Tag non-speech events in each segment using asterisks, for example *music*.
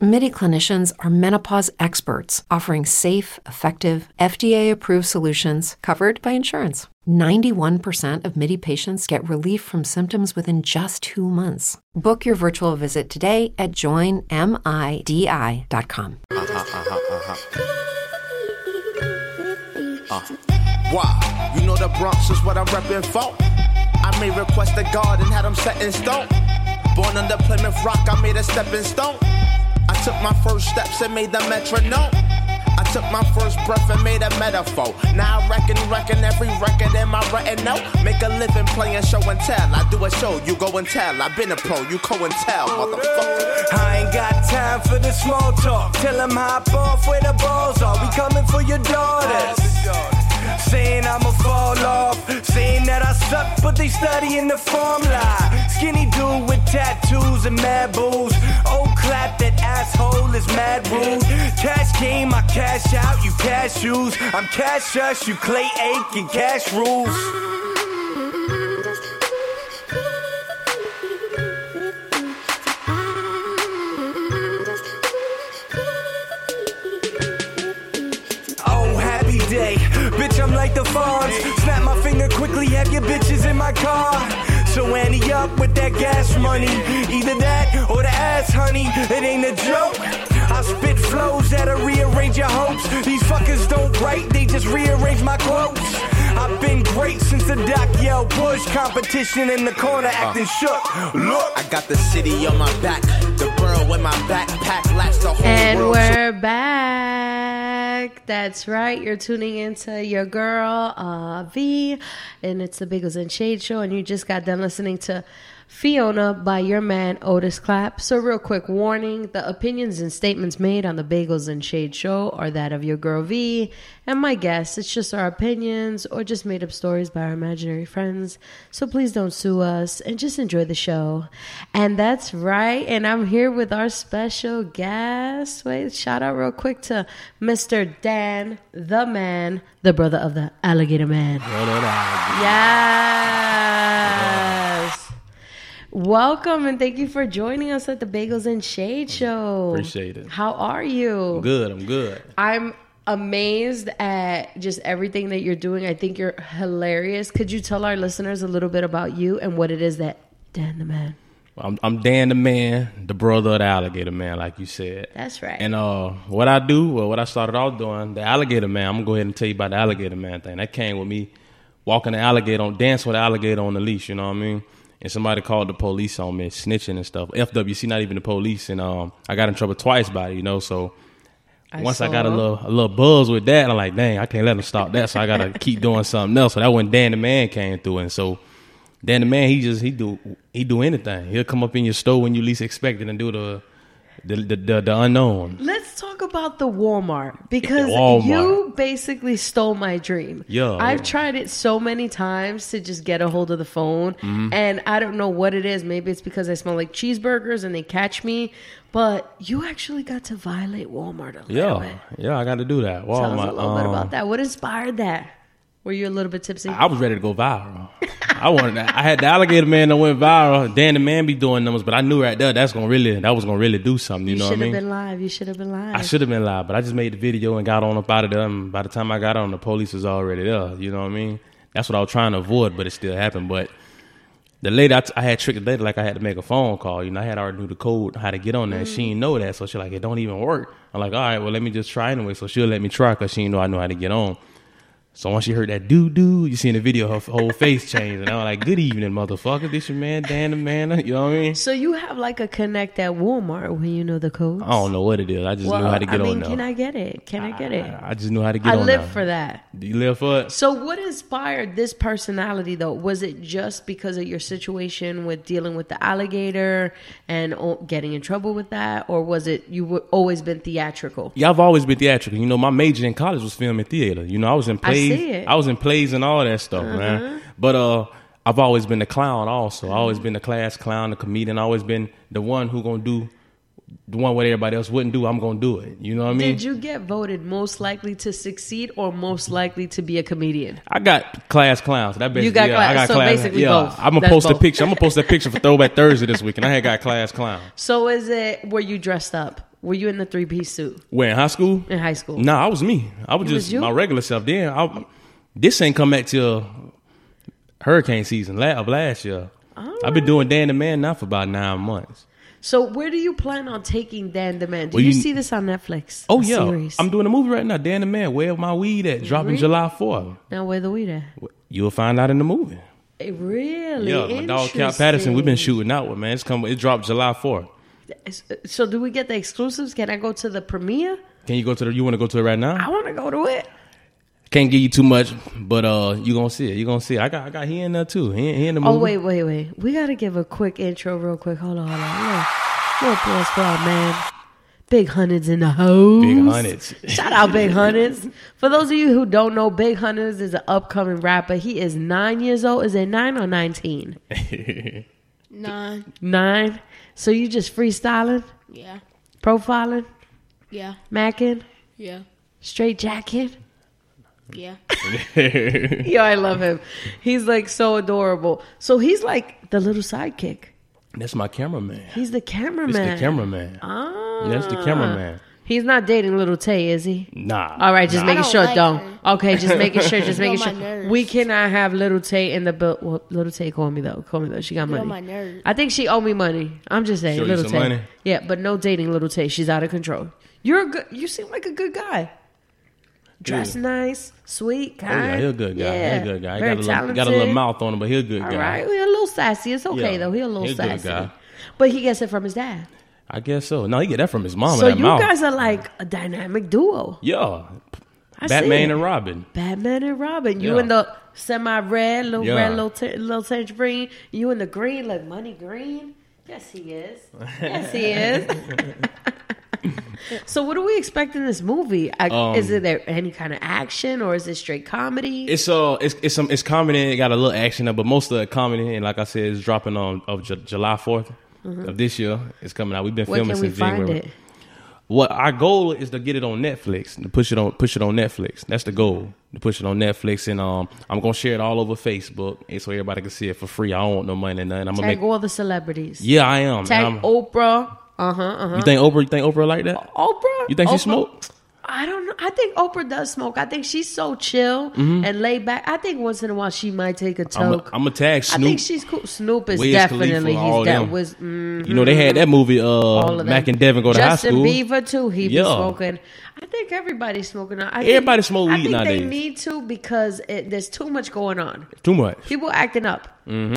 MIDI clinicians are menopause experts offering safe, effective, FDA approved solutions covered by insurance. 91% of MIDI patients get relief from symptoms within just two months. Book your virtual visit today at joinmidi.com. Why? You know the Bronx is what I'm reppin' for. I may request a guard and had him set in stone. Born under Plymouth Rock, I made a stepping stone. I took my first steps and made the metronome. I took my first breath and made a metaphor. Now I reckon, reckon every record in my retinal. Make a living playing show and tell. I do a show, you go and tell. I've been a pro, you go and tell, motherfucker. I ain't got time for the small talk. Tell them hop off where the balls are. We coming for your daughters. Saying I'ma fall off. Saying that I suck, but they studying the form lie. Skinny dude with tattoos and mad boobs. Oh, clap, that asshole is mad rude. Cash game, I cash out, you cash shoes. I'm cash us, you clay ache and cash rules. Oh, happy day. Bitch, I'm like the Fonz. Snap my finger quickly, have your bitches in my car. So Annie up with that gas money. Either that or the ass, honey. It ain't a joke. I spit flows that'll rearrange your hopes. These fuckers don't write, they just rearrange my quotes. I've been great since the Doc Yell Bush competition in the corner acting shook. Look. I got the city on my back, the borough in my backpack, lacks the whole And world. we're back. That's right. You're tuning into your girl, uh, V, and it's the Biggles and Shade Show. And you just got done listening to Fiona by your man, Otis Clapp. So, real quick warning the opinions and statements made on the Bagels and Shade Show are that of your girl, V, and my guests. It's just our opinions or just made up stories by our imaginary friends. So, please don't sue us and just enjoy the show. And that's right. And I'm here with our special guest. Wait, shout out real quick to Mr. Dan, the man, the brother of the alligator man. uh, Yes. Welcome and thank you for joining us at the Bagels and Shade Show. Appreciate it. How are you? I'm good. I'm good. I'm amazed at just everything that you're doing. I think you're hilarious. Could you tell our listeners a little bit about you and what it is that Dan the Man? I'm, I'm Dan the man, the brother of the alligator man, like you said. That's right. And uh, what I do, well, what I started off doing, the alligator man. I'm gonna go ahead and tell you about the alligator man thing. That came with me walking the alligator on, dance with the alligator on the leash. You know what I mean? And somebody called the police on me, snitching and stuff. FWC, not even the police. And um, I got in trouble twice by it. You know, so once I got a saw. little a little buzz with that, I'm like, dang, I can't let them stop that. So *laughs* I gotta keep doing something else. So that when Dan the Man came through, and so Dan the Man, he just he do he do anything. He'll come up in your store when you least expect it and do the the the, the, the unknown. Let's talk about the Walmart because Walmart. you basically stole my dream. Yeah. I've tried it so many times to just get a hold of the phone, Mm-hmm. and I don't know what it is. Maybe it's because I smell like cheeseburgers and they catch me, but you actually got to violate Walmart a little bit. Yeah, yeah, I got to do that. Tell Walmart. us a little bit um, about that. What inspired that? Were you a little bit tipsy? I was ready to go viral. I wanted that. I had the alligator man that went viral. Dan the man be doing numbers, but I knew right there that's gonna really that was gonna really do something. You, you know should what I have mean? been live. You should have been live. I should have been live, but I just made the video and got on up out of there. And by the time I got on, the police was already there. You know what I mean? That's what I was trying to avoid, but it still happened. But the lady, I, t- I had tricked the lady like I had to make a phone call. You know, I had already knew the code how to get on there. She didn't know that, so she like it don't even work. I'm like, all right, well let me just try anyway. So she'll let me try because she didn't know I knew how to get on. So once she heard that doo doo, you see in the video her f- whole face changed, and I was like, "Good evening, motherfucker. This your man Dan the man. You know what I mean? So you have like a connect at Walmart when you know the codes. I don't know what it is. I just knew how to get I mean, on there. can I get it? Can I get it? I just knew how to get I on. live there. for that. Do you live for it? So, what inspired this personality though? Was it just because of your situation with dealing with the alligator and o- getting in trouble with that, or was it you were always been theatrical? Yeah, I've always been theatrical. You know, my major in college was film and theater. You know, I was in plays. see it. Uh-huh. was in plays and all that stuff, man. But uh, I've always been the clown. Also, I've always been the class clown, the comedian. I've always been the one who gonna do the one what everybody else wouldn't do, I'm gonna do it. You know what I mean? Did you get voted most likely to succeed or most likely to be a comedian? I got class clowns. That basically, You got yeah, class- I got so class. basically yeah, both. I'm gonna That's post a both. picture. I'm gonna post that picture for Throwback Thursday this week, and I had got class clown. So is it? Were you dressed up? Were you in the three piece suit Where in high school? in high school? Nah, I was me. I was It was just you? my regular self. Then I, this ain't come back till hurricane season la- of last year. I've Oh. been doing Dan the Man now for about nine months. So where do you plan on taking Dan the Man? Do Well, you, you- see this on Netflix? Oh The yeah, series? I'm doing a movie right now. Dan the Man, where my weed at? Dropping Really? July 4th. now where the weed at? You'll find out in the movie. Eh, Really? Yeah, my dog Cal Patterson. We've been shooting out with man. It's come. It dropped July 4th. Interesting. So do we get the exclusives? Can I go to the premiere? Can you go to the? You want to go to it right now? I want to go to it. Can't give you too much, but uh, you gonna see it. You gonna see. It. I got. I got. He in there too. He, he in the movie. Oh wait, wait, wait. We gotta give a quick intro, real quick. Hold on, hold on. Look, little applause for our man. Big Hunnid's in the house. Big Hunnid's. Shout out Big Hunnid's. For those of you who don't know, Big Hunnid's is an upcoming rapper. He is nine years old. Is it nine or nineteen? Nah. Nine. So you just freestyling, Yeah. profiling, Yeah. macking, Yeah. straight jacket. Yeah. *laughs* *laughs* Yo, I love him. He's like so adorable. So he's like the little sidekick. That's my cameraman. He's the cameraman. It's the cameraman. Ah. That's the cameraman. He's not dating little Tay, is he? Nah. All right, just nah. making don't sure. like don't. her. *laughs* Okay, just making sure. Just making on sure. my nerves. We cannot have little Tay in the bill. Well, little Tay call me though. Call me though. She got money. on my nerves. I think she owe me money. I'm just saying, She owe you little some Tay. money? Yeah, but no dating little Tay. She's out of control. You're a good. You seem like a good guy. Dressed nice, sweet, Oh, yeah, kind. he a good guy. Yeah, He a good guy. He Very got a little, talented. got a little mouth on him, but he a good All guy. right, we a little sassy. It's okay Yeah, though. He a little he a good sassy. guy. But he gets it from his dad. I guess so. No, he get that from his mama. so that you mouth. guys are like a dynamic duo. yeah. I see Batman it. and Robin. Batman and Robin. You Yeah. in the semi red, little Yeah. red, little t- little tangerine. You in the green, like money green. Yes, he is. Yes, he *laughs* is. *laughs* so, what do we expect in this movie? I, Um, is it there any kind of action, or is it straight comedy? It's uh, it's it's some it's comedy. It got a little action, up, but most of the comedy, and like I said, is dropping on of Ju- July 4th of this year. It's coming out. We've been Mm-hmm. Where filming can we since find January. it? What our goal is to get it on Netflix, to push it on push it on Netflix. That's the goal. To push it on Netflix, and um, I'm gonna share it all over Facebook, and so everybody can see it for free. I don't want no money, nothing. I'm gonna Tag make. all the celebrities. Yeah, I am. Tag I'm- Oprah. Uh huh. Uh huh. You think Oprah? You think Oprah like that? Oprah. You think she Oprah- smoke? I don't know. I think Oprah does smoke. I think she's so chill Mm-hmm. and laid back. I think once in a while she might take a I'm toke. gonna tag Snoop. I think she's cool. Snoop is Wiz Khalifa, definitely all he's that them. was mm, you know they had that movie. all Uh, of Mac them. and Devin go to Justin high school. Bieber too. He Yeah. be smoking. I think everybody's smoking. now. I Everybody think, smoke I weed think nowadays. They need to because it, there's too much going on. Too much. People acting up.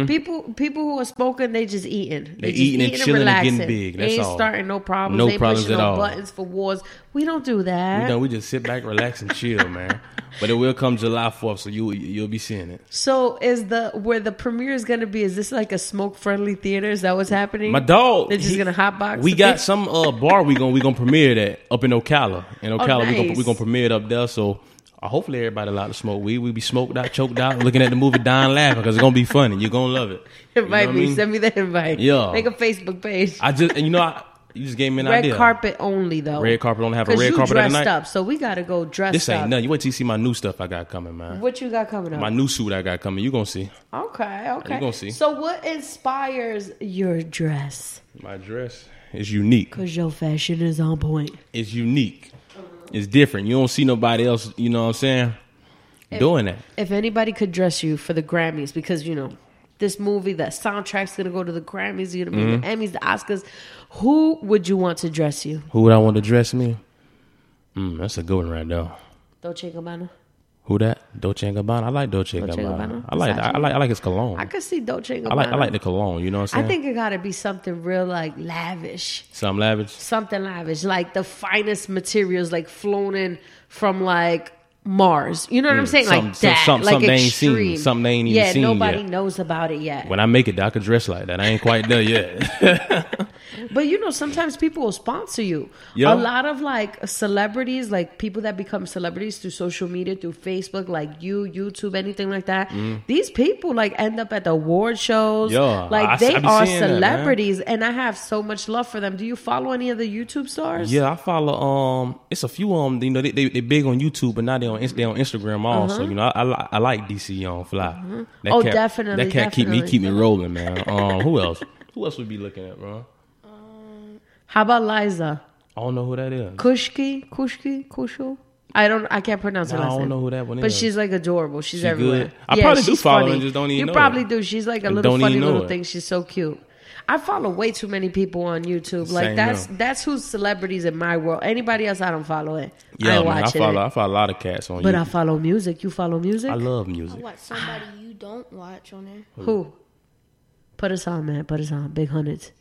People people who are smoking, they just eating. They, just Mm-hmm. eating and chilling and getting big. They That's ain't all. starting no problems. No they problems pushing at no all. buttons for wars. We don't do that. You know, we just sit back, relax, and chill, man. But it will come July fourth, so you you'll be seeing it. So is the where the premiere is going to be? Is this like a smoke friendly theater? Is that what's happening? My dog. They're just he- gonna hotbox We the got picture? some uh, bar. We gonna we gonna premiere that up in Ocala. In Ocala, we gonna Oh, nice. we gonna premiere it up there. So uh, hopefully everybody allowed to smoke weed. We be smoked out, choked out, looking at the movie, dying laughing because it's gonna be funny. You're gonna *laughs* love it. You know invite what I me. mean? Send me the invite. Yeah. make a Facebook page. I just and you know I, you just gave me an red idea. carpet only though. Red carpet only have a 'Cause red you carpet every dressed night? up, so we gotta go dressed This ain't up. nothing. You wait till you see my new stuff I got coming, man. What you got coming up? My new suit I got coming. You gonna see okay, okay. You gonna see. So what inspires your dress? my dress. It's unique. Cause your fashion is on point. It's unique. It's different. You don't see nobody else. You know what I'm saying? Doing that. If anybody could dress you for the Grammys, because you know this movie, that soundtrack's gonna go to the Grammys, you're gonna be in the Mm-hmm. Emmys, the Oscars. Who would you want to dress you? Who would I want to dress me? Mm, that's a good one right now. Dolce & Gabbana. Who that? Dolce and Gabbana. I like Dolce, and Dolce and Gabbana. Gabbana. I like. I, I like. I like his cologne. I I, could see Dolce & Gabbana. like. I like the cologne. You know what I'm I saying? think it got to be something real, like lavish, Something lavish. something lavish, like the finest materials, like flown in from like Mars. You know what I'm saying? Hmm. some- Like some- that, some- like something they ain't seen, extreme. something they ain't even yeah, seen nobody yet. knows about it yet. *laughs* When I make it, I could dress like that. I ain't quite there yet. But you know, sometimes people will sponsor you. Yeah. A lot of like celebrities, like people that become celebrities through social media, through Facebook, like you, YouTube, anything like that. Mm. These people like end up at the award shows. Yeah, like I- I they be are seeing that, man. celebrities, and I have so much love for them. Do you follow any of the YouTube stars? Yeah, I follow. Um, it's a few um, you know, they they, they big on YouTube, but now they on Inst- they on Instagram also. You know, I, I, li- I like DC on Fly. That Uh-huh. Oh, cat- definitely, That cat keep me definitely. keep me rolling, man. Um, who else? *laughs* Who else we be looking at, bro? How about Liza I don't know who that is. Kushki? Kushki? Kushu? I don't. I can't pronounce her Nah, I last don't name. know who that one But is. she's like adorable. She's She everywhere. good? I probably do she's follow her funny. and just don't even You know probably it. do. She's like a And little don't funny even know little it. thing. She's so cute. I follow way too many people on YouTube. Like Same that's here. that's who's celebrities in my world. Anybody else, I don't follow it. I Yeah, ain't man, I watching follow it. I follow a lot of cats on But I YouTube. follow music. You follow music? I love I music. watch somebody you don't watch on there. Who? Put us on, man. Put us on. Big hundreds.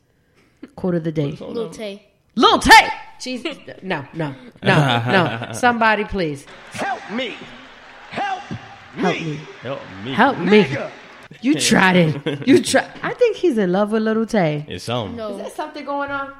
Quote of the day. Lil Tay. Lil Tay. Jesus. *laughs* No, *laughs* no, no, no. Somebody, please Help me. Help me. help me. Help me. Help me. You tried it. You tried. I think he's in love with Little Tay. It's something. Is No. there something going on?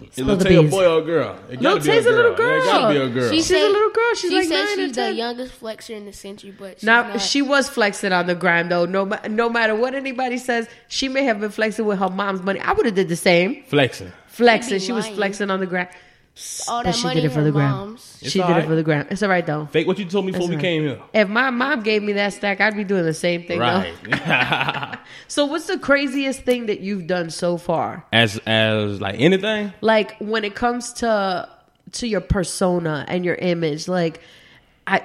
It's Spill the Tay a beans. boy or a girl. It gotta Lil be Tay's a little Yeah, It gotta be girl. a girl. She's a little girl. She's she like said nine or she's the 10. youngest flexer in the century, but she's Now not. she was flexing on the gram though. No, ma- no matter what anybody says, she may have been flexing with her mom's money. I would have did the same. Flexing. Flexing. be She was lying. flexing on the gram. all But that she money did it for her the gram. mom's. It's She did it alright. for the gram. It's all right though. Fake what you told me before That's we right. came here. If my mom gave me that stack, I'd be doing the same thing. Right. *laughs* Though. So, what's the craziest thing that you've done so far? as as like anything. like when it comes to to your persona and your image like i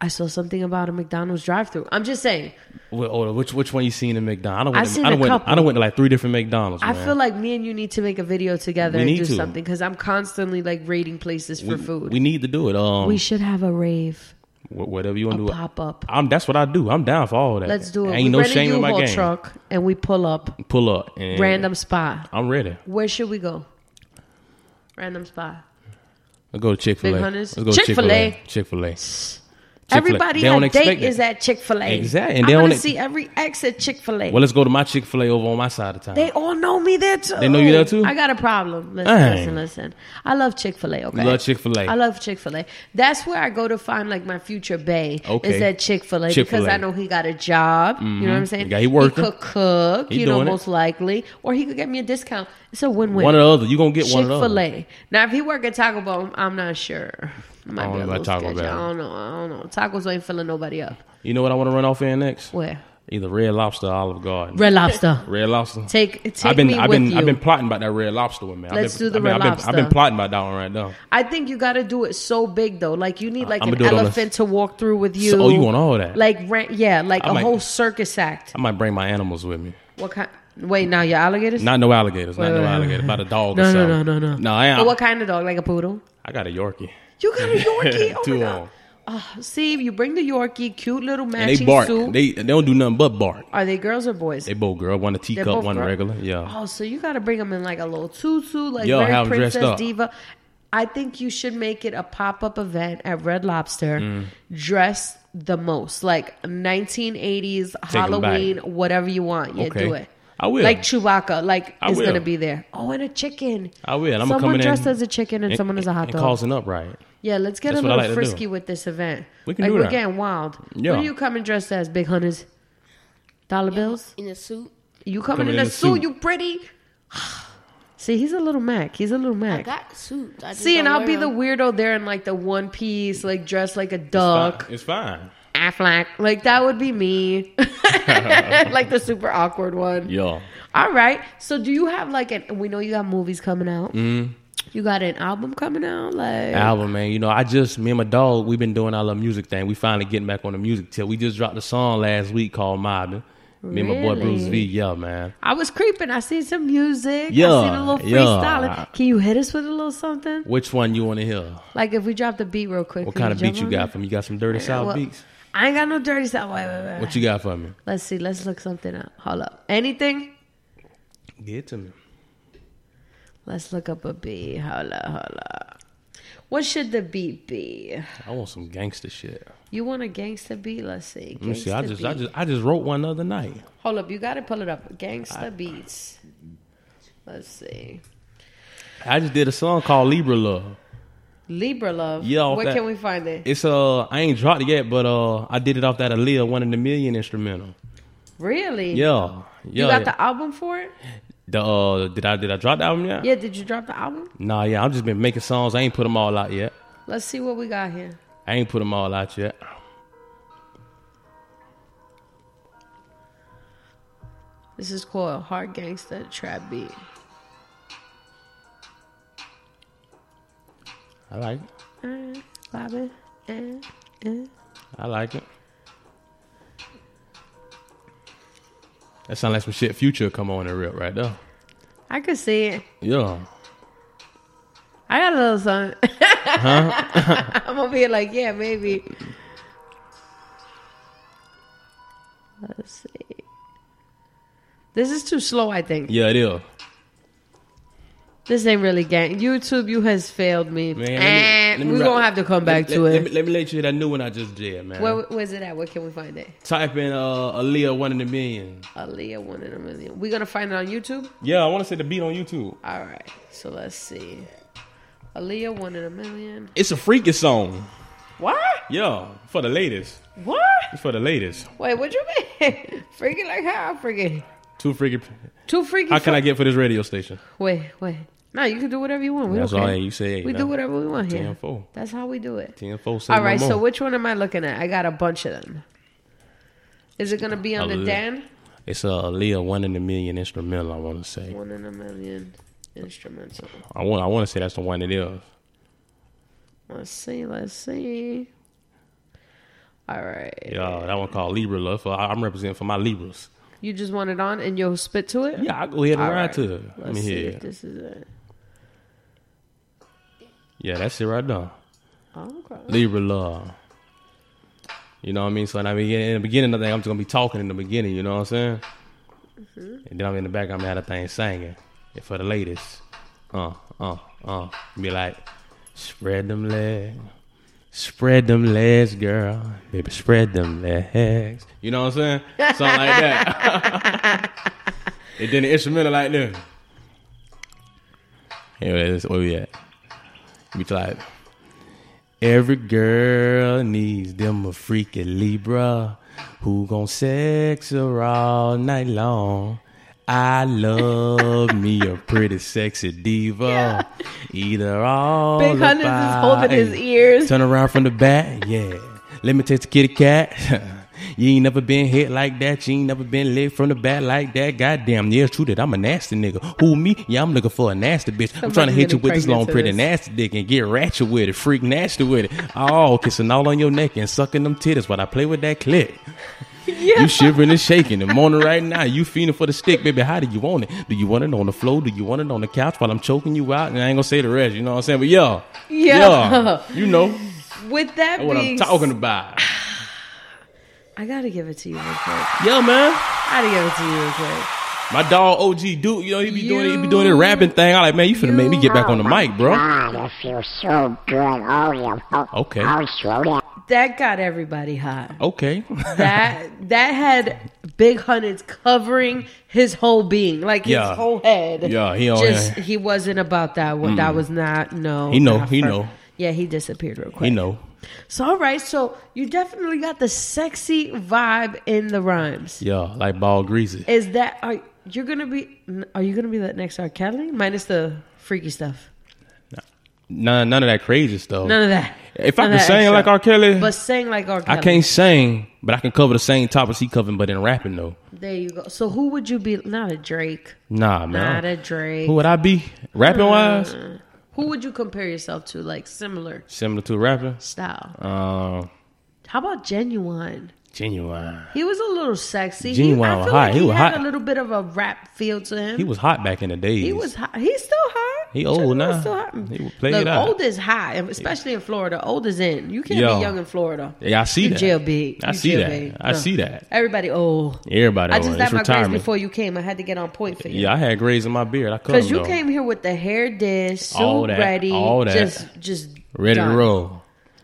i saw something about a mcdonald's drive-through i'm just saying Well, hold on, which which one you seen in McDonald's? I I don't seen went. I a don't went. couple. I done went to like three different McDonald's. i man. feel like me and you need to make a video together We and need do to. something because i'm constantly like rating places for we, food We we, need to do it. Um, should have a rave wh- whatever you want a to do. pop-up I'm. That's what I do. I'm down for all that. let's do it Ain't we no rent shame a in my U-Haul game. truck and we pull up Pull up and random spot I'm ready. where should we go random spot Let's go to Chick Fil A. Big Hunters? Let's go to Chick Fil Chick-fil-A. A. Chick Fil A. Everybody They don't at date expect it. is at Chick Fil A. Exactly, I'm and they gonna don't ex- see every ex at Chick Fil A. Well, let's go to my Chick Fil A over on my side of town. They all know me there too. They know you there too? I got a problem. Listen, Dang. listen, listen. I love Chick Fil A. Okay, You love Chick-fil-A. I love Chick Fil A. That's where I go to find like my future bae. Okay. is at Chick Fil A because Chick-fil-A. I know he got a job. You know what I'm saying? Yeah, he working. could cook. He you know, doing it. most likely, or he could get me a discount. It's a win-win. one or the other. You gonna get Chick one or the Fil other. A. Now, if he work at Taco Bell, I'm- I'm not sure. I Might I don't be a know little about Taco sketchy. Bell. I don't know. I don't know. Tacos ain't filling nobody up. You know what I want to run off in next? Where? Either Red Lobster, or Olive Garden. Red *laughs* Lobster. Red Lobster. Take- take I've been, me I've with been, you. I've been plotting about that Red Lobster one, man. I've Let's been- do the I mean, Red I've been, I've been Lobster. plotting about that one right now. I think you got to do it so big though. Like you need like Uh, I'ma an do it on a- elephant to walk through with you. So- oh, you want all that? Like rent? Yeah, like I a might- whole circus act. I might bring my animals with me. What kind? Wait, now your alligators? Not no alligators. Wait, not wait, no wait, alligators. wait. About a dog Uh, No, or no, something. no, no, no. No, I ain't. But what kind of dog? Like a poodle? I got a Yorkie. You *laughs* got a Yorkie? Oh my Two god! on. Oh, see, you bring the Yorkie, cute little And they matching bark. suit. They they don't do nothing but bark. Are they girls or boys? They both girl. One a teacup, both one girl. regular. Yeah. Oh, so you got to bring them in like a little tutu, like Yo, very have 'em dressed princess up. diva. I think you should make it a pop up event at Red Lobster. Mm. Dress the most, like 1980s 'em back. Halloween, whatever you want. Yeah, Okay. do it. I will. Like Chewbacca, like I is will. gonna be there. Oh, and a chicken. I will. I'm someone gonna come in dressed and- as a chicken and, someone as a hot and dog. Causing upright. yeah, let's get a That's what I little like to do. frisky with this event. We can like, do We're that. getting wild. Yeah. What are you coming dressed as, big hunters? Dollar bills. in a suit. You coming, in, a suit, You pretty. *sighs* See, he's a little Mac. He's a little I Mac. got suits. I just See, and don't I'll wear be the them. weirdo there in like the one piece, like dressed like a Fine. duck, It's fine. Affleck. Like that would be me. *laughs* like the super awkward one. Yeah. All right. So, do you have like an? We know you got movies coming out. Mm-hmm. You got an album coming out. Like album, man. You know, I just me and my dog, we've been doing our little music thing. We finally getting back on the music till we just dropped a song last week called Mobbin. Me and my boy Bruce Really? V. Yeah, man. I was creeping. I seen some music. I Yeah, seen a little yeah. freestyling. Can you hit us with a little something? Which one you want to hear? Like if we drop the beat real quick. What can kind of jump beat you on got it? Uh, for me? You got some dirty Well, south beats? I ain't got no dirty stuff. Wait, wait, wait. What you got for me? Let's see. Let's look something up. Hold up. Anything? Get to me. Let's look up a B. Hold up. Hold up. What should the beat be? I want some gangster shit. You want a gangsta beat? Let's see. Let me see. I Gangsta just, I beat. just, I just wrote one the other night. Hold up. You got to pull it up. Gangsta beats. Let's see. I just did a song called Libra Love. Libra love. Yeah, off Where that- can we find it? It's uh, I ain't dropped it yet, but uh, I did it off that Aaliyah One in a Million instrumental. Really? Yeah, You yeah. got the album for it? The, uh, did I did I drop the album yet? Yeah. Did you drop the album? Nah, yeah. I've just been making songs. I ain't put them all out yet. Let's see what we got here. I ain't put them all out yet. This is called Hard Gangsta Trap Beat. I like it. Bobbin. Eh, eh. I like it. That sounds like some shit. Future come on and rip right there. I could see it. Yeah. I got a little song. *laughs* *laughs* I'm gonna be like, yeah, maybe. Let's see. This is too slow, I think. Yeah, it is. This ain't really gang. YouTube, you has failed me. Man, Eh, let me- let me we wrap- gonna have to come back let, to it. let- Let me, let me let you hear that new one I just did, man. Where, where's it at? Where can we find it? Type in uh, Aaliyah One in a Million. Aaliyah, one in a million. We gonna find it on YouTube. Yeah, I want to say the beat on YouTube. All right. So let's see. Aaliyah, one in a million. It's a freakish song. What? Yeah, for the latest. What? It's for the latest. Wait, what you mean? *laughs* freaking like how? Freaking Too freaky. too freaky. How can for- I get for this radio station? Wait, wait. No, you can do whatever you want. We That's don't all care. you said. We do whatever we want here. 10-4. That's how we do it. 10 4 All right. So which one am I looking at? I got a bunch of them. Is it gonna be on the Hallelujah. Dan? It's a Aaliyah One in a Million instrumental, I want to say. One in a million instrumental. I want I want to say that's the one it is. Let's see. Let's see. All right. Yeah, that one called Libra Love. For, I'm representing for my Libras. You just want it on, and you'll spit to it. Yeah, I'll go ahead and All ride right. to it. Let Let's me see hear. if it. this is it. Yeah, that's it right now. Okay. Libra Love. You know what I mean? So, and I mean, in the beginning of the thing, I'm just going to be talking in the beginning, you know what I'm saying? Mm-hmm. And then I'm in the back, I'm going to have the thing singing. And for the ladies, uh, uh, uh, be like, spread them legs. Spread them legs, girl. Baby, spread them legs. You know what I'm saying? Something like that. *laughs* and then the instrumental like this. Anyway, that's where we at. We like, Every girl needs them a freaky Libra who gon' sex her all night long. I love me a pretty sexy diva. *laughs* Either all Big the Hunnid is five- holding his Hey, ears. Turn around from the back, yeah. Let me taste the kitty cat. *laughs* you ain't never been hit like that. You ain't never been licked from the back like that. Goddamn, yeah, it's true that I'm a nasty nigga. Who me? Yeah, I'm looking for a nasty bitch. I'm trying to Somebody's hit you getting with this long, pregnant to pretty this. nasty dick and get ratchet with it, freak nasty with it. Oh, kissing all on your neck and sucking them titties while I play with that clit. *laughs* You shivering and shaking and moaning right now. You feeling for the stick, baby. How do you want it? Do you want it on the floor? Do you want it on the couch while I'm choking you out? And I ain't gonna say the rest. You know what I'm saying? But yeah, Yeah. yeah you know. *laughs* With that That's what I'm being talking about. I gotta give it to you real quick. Yeah, man. I gotta give it to you real quick. My dog OG Duke, you know, he be doing it, he be doing You- the rapping thing. I like, man, you finna make me get back on the mic, bro. God, I feel so good. Oh, yeah. Oh, Okay. *laughs* Oh, slow down. That got everybody hot. Okay. That that had Big Hunnid's covering his whole being, like his Yeah. whole head. Yeah, he on- just he wasn't about that one. That was not no. He know, not he for- know. Yeah, he disappeared real quick. *laughs* you know. So all right, so you definitely got the sexy vibe in the rhymes. Yeah, like ball greasy. Is that are you're gonna be? Are you gonna be that next R. Kelly minus the freaky stuff? None none of that crazy stuff. None of that. If I None of could that sing extra. like R. Kelly, but saying like R. I Kelly, can't sing, but I can cover the same topics he covering, but in rapping though. There you go. So who would you be? Not a Drake. Nah, Not a Uh. man. Drake. Who would I be? Rapping wise? Who would you compare yourself to? Like similar Similar to a rapper. style. Um How about genuine? genuine. He was a little sexy. Genuine he, I was feel hot. Like He he was had hot. a little bit of a rap feel to him. He was hot back in the days. He was hot. He's still hot. He old Genuine's now. Still hot. He would play Look, it out. old is high, especially in Florida. Old is in. You can't Yo. be young in Florida. Yeah, I see You that. jailbait. I You see jailbait. that. I No. see that. Everybody old. Everybody. I just on. had It's my grades retirement. before you came. I had to get on point for you. Yeah, I had grays in my beard. I covered Because them. you though. came here with the hair did, suit All that, ready, all that. just just ready done. uh, to roll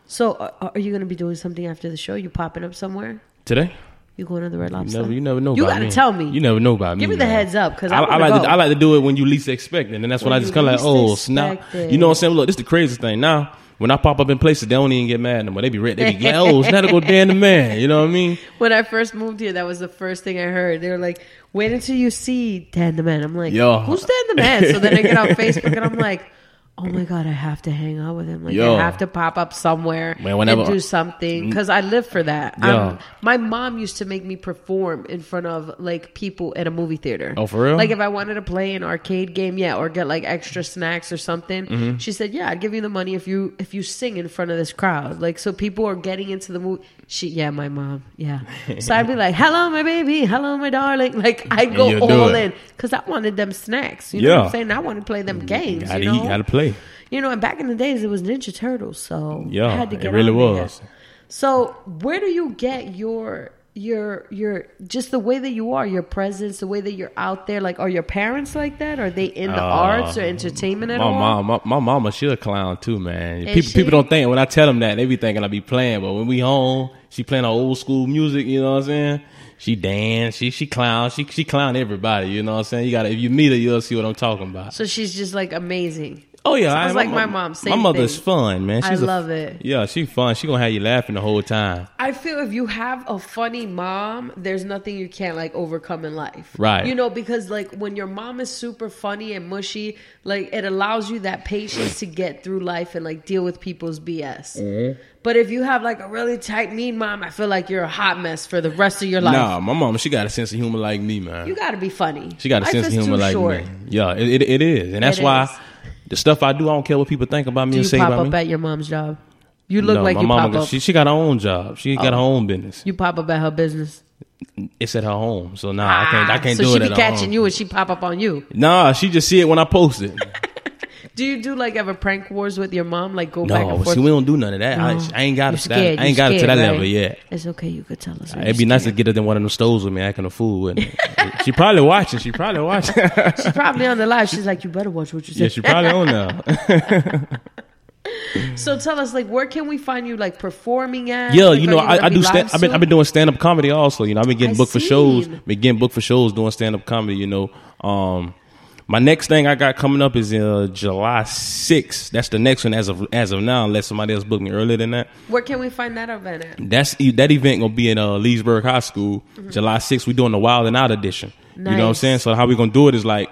So, are, are you going to be doing something after the show? You popping up somewhere? today. You going to the Red Lobster? Never, you never know. You about gotta me. tell me. You never know about me. Give me the man. heads up, 'cause I I, I wanna like go. to, I like to do it when you least expect it, and that's when, When I just you kind of like, least oh expect snap. it. You know what I'm saying? Look, this is the craziest thing now. When I pop up in places, they don't even get mad no more. They be red. They *laughs* be like, oh snap, to go damn the man. You know what I mean? When I first moved here, that was the first thing I heard. They were like, "Wait until you see Dan the Man." I'm like, Yo. "Who's Dan the Man?" So then I *laughs* get on Facebook and I'm like, "Oh my god, I have to hang out with him. Like, Yo. I have to pop up somewhere Man, whenever- Mm. and do something because I live for that." Yo. I'm- My mom used to make me perform in front of like people at a movie theater. Oh, for real? Like if I wanted to play an arcade game, yeah, or get like extra snacks or something. Mm-hmm. She said, "Yeah, I'd give you the money if you if you sing in front of this crowd." Like so, people are getting into the movie. She, yeah, my mom, yeah. So *laughs* I'd be like, "Hello, my baby. Hello, my darling." Like I go you'll do all it. in because I wanted them snacks. You know what Yeah. I'm saying? I want to play them games. Gotta you know? eat, gotta play. You know, and back in the days, it was Ninja Turtles, so Yeah, I had to it get really on there. was. So, where do you get your your your just the way that you are, your presence, the way that you're out there? Like, are your parents like that? Are they in the arts or entertainment at Uh, My all? mom, my, my mama, she a clown too, man. Is people, she? people don't think when I tell them that they be thinking I be playing, but when we home, she playing her old school music. You know what I'm saying? She dance, she she clown, she she clown everybody. You know what I'm saying? You got to if you meet her, you'll see what I'm talking about. So she's just like amazing. Oh yeah, Sounds I- like my mo- mom, My same mother's thing. fun, man. I She's a- love it. Yeah, she fun. She gonna have you laughing the whole time. I feel if you have a funny mom, there's nothing you can't like overcome in life. Right. You know, because like when your mom is super funny and mushy, like it allows you that patience to get through life and like deal with people's BS. Mm-hmm. But if you have like a really tight, mean mom, I feel like you're a hot mess for the rest of your life. Nah, my mama, she got a sense of humor like me, man. You gotta be funny. She got a Life sense of is humor too like me. Yeah, it, it, it is, and that's It why is. the stuff I do, I don't care what people think about me Do or you say pop about me. up at your mom's job? You look No, like my you mama, pop up. Oh. She, she got her own job. She got her own business. you pop up at her business. It's at her home, so nah, I can't. I Ah, can't so do she it be at her catching home. you and she pop up on you. Nah, she just see it when I *laughs* post it. Do you do like ever prank wars with your mom? Like go back no, and forth. see, we don't do none of that. I- No. I, ain't got You're it. to that. scared. I ain't You're got it to that scared, level right? yet. It's okay. You could tell us. when It'd you're be nice to scared. get it in one of them stores with me, acting a fool with me. she probably watching. She *laughs* probably watching. *laughs* She's probably on the live. She's like, you better watch what you say. yeah, she probably on now. so tell us, like, where can we find you, like, performing at? Yeah, Like, you are know, I, I gonna do. be Stand, live I've been I've been doing stand up comedy also. You know, I've been getting I booked for shows. seen. Been getting booked for shows doing stand up comedy. You know, um, my next thing I got coming up is uh, July sixth. That's the next one as of as of now, unless somebody else booked me earlier than that. soon? Where can we find that event at? That's e, that event gonna be in uh, Leesburg High School, July 6th. We doing the Wild and Out edition. You know what I'm Mm-hmm. Nice. saying? So how we gonna do it is like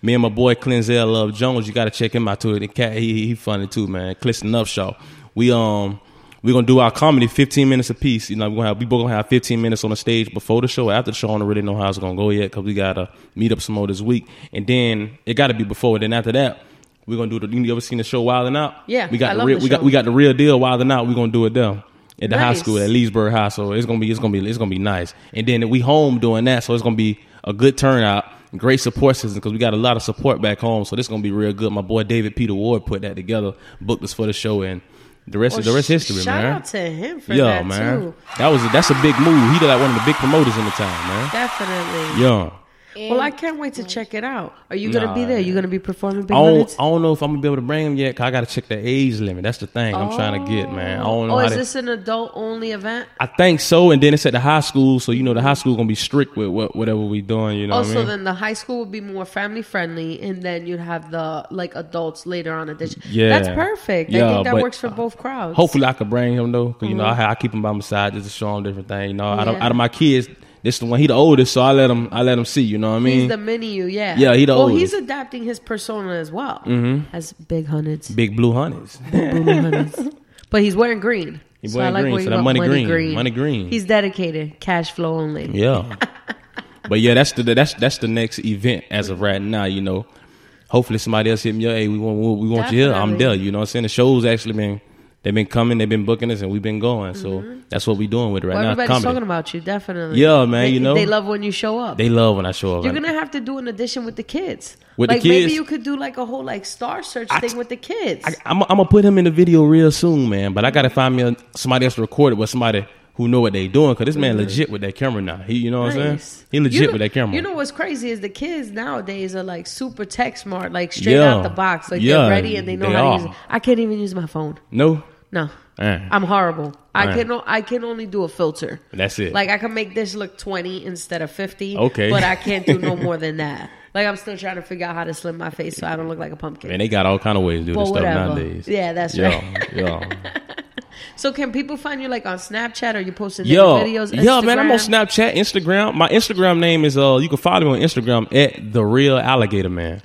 me and my boy Clinzel Love Jones. You gotta check him out too. The cat, he he funny too, man. Clifton Upshaw. We um we gonna do our comedy 15 minutes a piece. You know we gonna have we both gonna have 15 minutes on the stage before the show, after the show. I don't really know how it's gonna go yet because we gotta meet up some more this week, and then it gotta be before. Then after that. We're gonna do the. You ever seen the show Wild and Out? Yeah, we got I the love real, the we got show. we got the real deal Wild and Out. We're gonna do it there at the high Nice. school at Leesburg High, so it's gonna be it's gonna be it's gonna be nice. And then we home doing that, so it's gonna be a good turnout, great support system because we got a lot of support back home. So this gonna be real good. My boy David Peter Ward put that together, booked us for the show, and the rest is the rest Well, history, Oh, shout man. out to him for yeah, that, man, too. that was that's a big move. He did like one of the big promoters in the town, man. Definitely. Yeah. Well, I can't wait to check it out. Are you going to Nah. be there? you going to be performing Big I don't, Minutes? I don't know if I'm gonna be able to bring him yet. 'cause I gotta check the age limit. That's the thing I'm trying to get, man. I don't know Oh, how is to- this an adult only event? I think so, and then it's at the high school, so you know the high school gonna be strict with what whatever we doing. You know, Oh, what I so mean? then the high school would be more family friendly, and then you'd have the like adults later on edition. Yeah. that's perfect. I Yeah, think that but, works for uh, both crowds. Hopefully, I could bring him though, 'cause, you know I, ha- I keep him by my side just to show him different things. You know, out, of, Mm-hmm. Yeah. out of my kids, this the one he the oldest, so I let him I let him see. You know what I mean? he's the mini you, yeah. Yeah, he the Well, oldest. Mm-hmm. he's adapting his persona as well as big hundreds, *laughs* Big blue hunnies. boomer hundreds. But he's wearing green. He so wearing I like green, where so you that went, money green, money green. He's dedicated, cash flow only. yeah, *laughs* but yeah, that's the that's that's the next event as of right now. You know, hopefully somebody else hit me up. Hey, we want we want you here. I'm Definitely. there. You know what I'm saying? The show's actually been. They've been coming, they've been booking us, and we've been going. So that's what we're doing with it right Mm-hmm. Well, now. everybody's comedy. talking about you, definitely. Yeah, man, They- you know. they love when you show up. They love when I show up. You're gonna have to do an edition with the kids. With the like maybe kids? you could do like a whole like star search I- thing with the kids. I, I'm, I'm gonna put him in the video real soon, man. But I gotta find me a, somebody else to record it with somebody who know what they doing. Cause this man legit with that camera now. He, you know what I'm Nice. saying? He legit You know- with that camera. You know what's crazy is the kids nowadays are like super tech smart, like straight out the box. Like Yeah. they're ready and they know They how are. to use it. I can't even use my phone. no, No, Eh. I'm horrible. I Right. can o- I can only do a filter. That's it. Like I can make this look 20 instead of 50. Okay. but I can't do *laughs* no more than that. Like I'm still trying to figure out how to slim my face so I don't look like a pumpkin. and they got all kind of ways to do But this stuff whatever. nowadays. Yeah, that's yo, right. *laughs* *laughs* Yo, So can people find you like on Snapchat or you posting yo, videos? yo, man, I'm on Instagram? Snapchat, Instagram. My Instagram name is uh, you can follow me on Instagram at the real alligator man.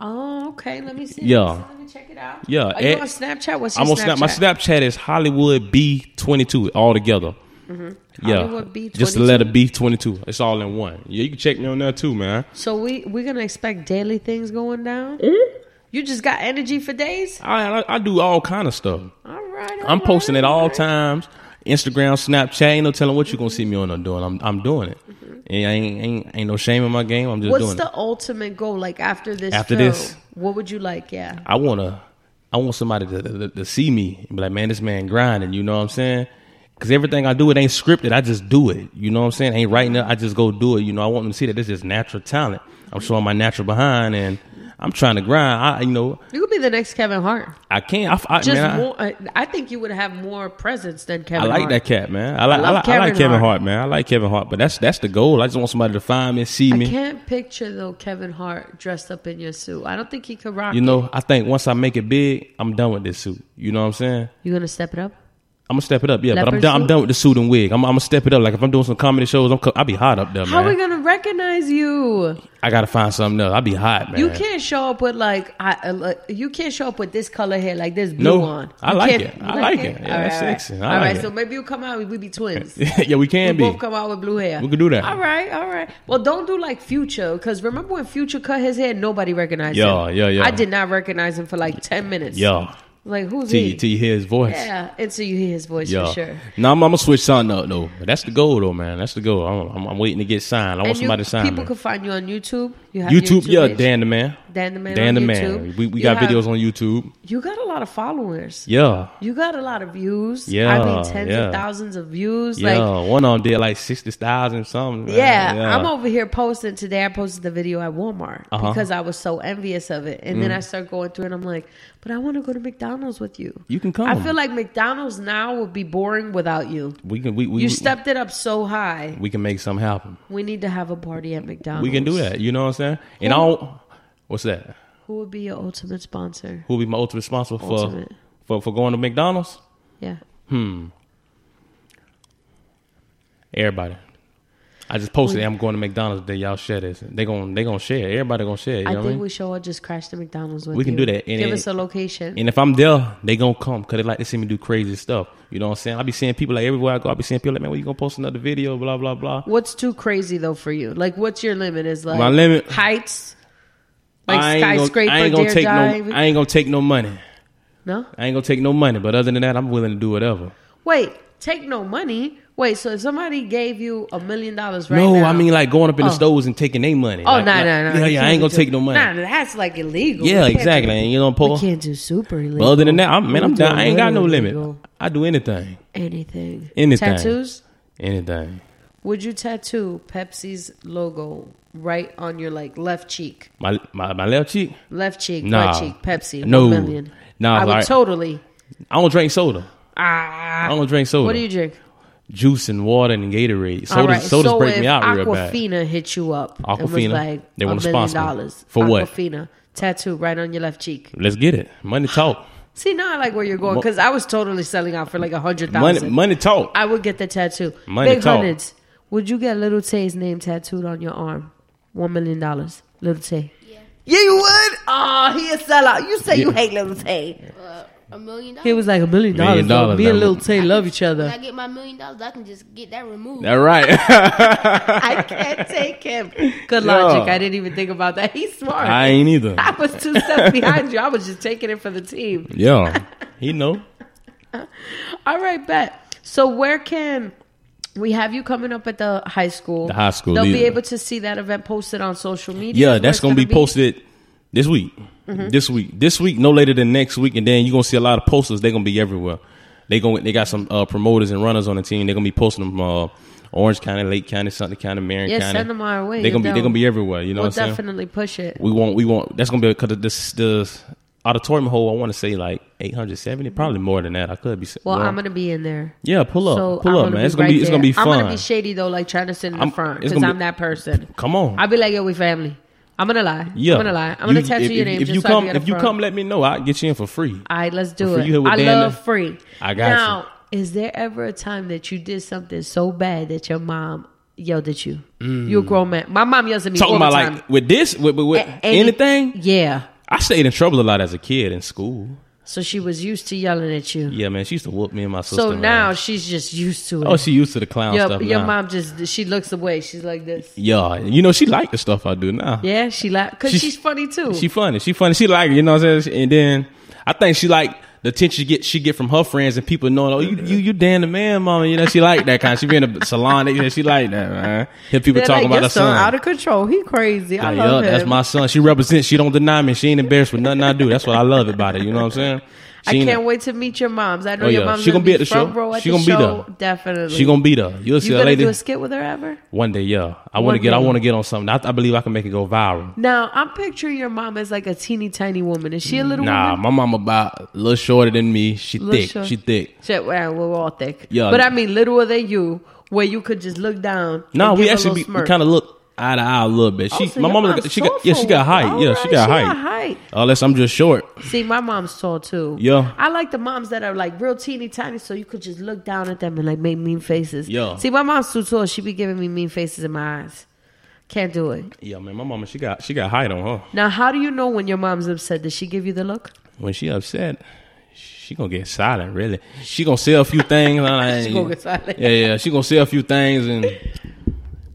Oh, okay. Let me see. Yeah. Let me see. Let me check it out. Yeah, Are you at- on Snapchat? What's your I'm on Snap. My Snapchat is Hollywood B22 all together. Yeah, Hollywood B22. just the letter B22. It's all in one. Yeah, you can check me on there too, man. So we we're gonna expect daily things going down. Hmm? You just got energy for days. I I, I do all kind of stuff. All right. all I'm posting right, at all right. times. Instagram, Snapchat, ain't no telling what you gonna see me on there doing. I'm I'm doing it. And I ain't, ain't ain't no shame in my game. I'm just What's doing the it. ultimate goal? Like after this. After film, this. What would you like? Yeah. I wanna I want somebody to, to, to see me and be like, man, this man grinding. You know what I'm saying? Because everything I do, it ain't scripted. I just do it. You know what I'm saying? ain't writing it. I just go do it. You know, I want them to see that this is natural talent. I'm showing my natural behind, and I'm trying to grind. I you know You could be the next Kevin Hart. I can't. I, I, Just man, I- more. I, I think you would have more presence than I Kevin. like Hart. that cat, man. I like I, love like, I like Kevin Kevin Hart. Hart. man. I like Kevin Hart, but that's that's the goal. I just want somebody to find me, see I me. can't picture though Kevin Hart dressed up in your suit. I don't think he could rock. You it. know, I think once I make it big, I'm done with this suit. You know what I'm saying? you gonna step it up. I'm gonna step it up, yeah. but I'm Leopard done. I'm suit? done with the suit and wig. I'm, I'm gonna step it up. Like if I'm doing some comedy shows, I'm co- I'll be hot up there, How man. we gonna recognize you? I gotta find something else. I'll be hot, man. You can't show up with like I, uh, like- you can't show up with this color hair like this blue No, on. I You like can't- it. you I like it. Yeah, that's sexy. I all like right, it. so maybe you come out. We be twins. *laughs* *laughs* yeah, we can we be. both come out with blue hair. We could do that. All right, all right. Well, don't do like Future because remember when Future cut his hair, nobody recognized Yeah, him. yeah, yeah. I did not recognize him for like ten minutes. Yeah, like who's till he? you, till you hear his voice. yeah, and so you hear his voice Yeah. for sure. No, I'm, I'm gonna switch something up though. But that's the goal though, man. That's the goal. I'm, I'm, I'm waiting to get signed. I want and you, somebody to sign people me. can find you on YouTube. You have YouTube, yeah, page. Dan the man. Dan the Man Dan on the man. YouTube. We, we You got have- videos on YouTube. You got a lot of followers. Yeah. You got a lot of views. I Yeah, mean, tens yeah. of thousands of views. Yeah. Like, One of them did like 60,000 something. man. yeah, I'm over here posting today. I posted the video at Walmart Uh-huh. because I was so envious of it, and then Mm. I start going through, it and I'm like, but I want to go to McDonald's with you. You can come. I feel like McDonald's now would be boring without you. we can, we, we, You we- stepped it up so high. we can make something happen. We need to have a party at McDonald's. We can do that. You know what I'm saying? And I don't, what's that? Who would be your ultimate sponsor? Who'll be my ultimate sponsor for, Ultimate. for, for going to McDonald's? Yeah. Everybody. I just posted, I'm going to McDonald's today. Y'all share this. They gon' they gonna share. Everybody gonna share. You I know think what I mean? we should all just crash to McDonald's with We can you. do that, and Give it- us a location. And if I'm there, they gonna come because they like to see me do crazy stuff. You know what I'm saying? I be seeing people like everywhere I go. I be seeing people like, man, when you gonna post another video? Blah blah blah. What's too crazy though for you? Like, what's your limit? Is like My limit- heights, like I ain't gonna- skyscraper, I ain't gonna dare take dive. no. I ain't gonna take no money. no, I ain't gonna take no money. But other than that, I'm willing to do whatever. wait, take no money. Wait, so if somebody gave you a million dollars right no, now, I mean like going up in Oh. the stores and taking their money. oh Like- no, no, like- no, Yeah, we yeah. I can't ain't gonna do- take no money. Nah, that's like illegal. We Yeah, can't exactly. do- And you know, we Paul. can't do super illegal. But other than that, I'm man, We I'm do done. I ain't got no very limit. illegal. I do anything, Anything, Anything. tattoos. anything. Would you tattoo Pepsi's logo right on your like left cheek, My my, my left cheek. left cheek, Nah. right cheek? Pepsi, No. one million. Nah, I would like- totally. I don't drink soda. Ah, I don't drink soda. What do you drink? Juice and water and Gatorade. Sodas, All right. sodas so break if me out real bad. Aquafina hit you up. And was Aquafina? like They a wanna million sponsor me. dollars. For what? Aquafina tattoo right on your left cheek. Let's get it. Money talk. See, now I like where you're going because I was totally selling out for like a hundred Money, thousand. money talk. I would get the tattoo. Money Big talk. hundreds. Would you get Little Tay's name tattooed on your arm? One million dollars, Little Tay. Yeah. you would. Oh, he a sellout. You say you hate Little Tay. Uh, a million dollars. He was like a million dollars. Million though. dollars, Me and that Little would- Tay love each When I other. get my million dollars, I can just get that removed. All right. *laughs* I can't take *laughs* him. Good Yeah. logic. I didn't even think about that. He's smart. I ain't either. *laughs* I was two steps behind you. I was just taking it for the team. Yeah. He know. All right, bet. So where can we have you coming up at the high school? The high school, They'll be yeah. able to see that event posted on social media. Yeah, Where that's it's gonna be gonna Mm-hmm. posted this week. This week. This week, no later than next week, and then you're gonna see a lot of posters. They're gonna be everywhere. They going they got some uh, promoters and runners on the team. They're gonna be posting them uh, Orange County, Lake County, Sumter County, Marion Yeah, County. send them our way. They're gonna you be they're know. gonna be everywhere. You know We'll what I'm saying? definitely push it. We want we want that's gonna be because the, the auditorium hold, I want to say like 870, probably more than that. I could be. s- Well, wrong. I'm gonna be in there. Yeah, pull up, So pull I'm up, gonna man. It's gonna be- right it's gonna be there. I'm gonna fun. be shady though, like trying to sit in the I'm- front it's because gonna be- I'm that person. Come on. I'll be like, yo, we family. I'm gonna lie. yeah, I'm gonna lie. I'm gonna You- tattoo if, your name. If, just you so I come, can get if up you front. come, let me know. I'll get you in for free. All right, let's do Before it. you hit with I Dana, love free. I got you. now, is there ever a time that you did something so bad that your mom yelled at you? You're a grown man. My mom yells at me Mm. Talking all the about time. like with this, with, with, with A- any- anything. Yeah. I stayed in trouble a lot as a kid in school. So she was used to yelling at you. Yeah, man, she used to whoop me and my sister. so man. now she's just used to it. oh, she used to the clown your, stuff. your now. mom just she looks away. She's like this. Yeah, and you know she liked the stuff I do now. Yeah, she like because She's- she's, funny too. She funny. She funny. She like it, you know what I'm saying. And then I think she like the attention she get she get from her friends and people knowing. Oh, you you you Dan the man, mama. You know she like that kind. She be in the salon. You know she like that. Man. Hear people They're like, talking about "Your her son. out of control. He crazy. I Like, love yeah, him. that's my son. She represents. She don't deny me. She ain't embarrassed with nothing I do. That's what I love about it. You know what I'm saying. I She ain't- can't wait to meet your moms. I know Oh, your yeah. mom's She gonna, gonna be at the front show. row at She the gonna be show. there. Definitely. She gonna be there. You'll see you a gonna lady do a skit with her ever? one day. Yeah, I One want to get. I day. want to get on something. I, I believe I can make it go viral. Now I'm picturing your mom as like a teeny tiny woman. Is she a little Nah, woman? my mom about a little shorter than me. She Little thick. short. She thick. Shit, well, we're all thick. Yeah. but I mean littler than you, where you could just look down. No, and we give a actually little be, we smirk. kind of look eye to eye a little bit. She, Oh, so my your mom, mom's got, she got, yeah, she soulful. got height. yeah, Alright, she got height. height. Unless I'm just short. See, my mom's tall too. Yeah. I like the moms that are like real teeny tiny, so you could just look down at them and like make mean faces. Yeah. See, my mom's too tall. She be giving me mean faces in my eyes. Can't do it. Yeah, man, my mama, she got, she got height on her. Now, how do you know when your mom's upset? Does she give you the look? When she upset, she gonna get silent. Really, she gonna say a few things. and I- She gonna get silent. Yeah, yeah, she gonna say a few things and.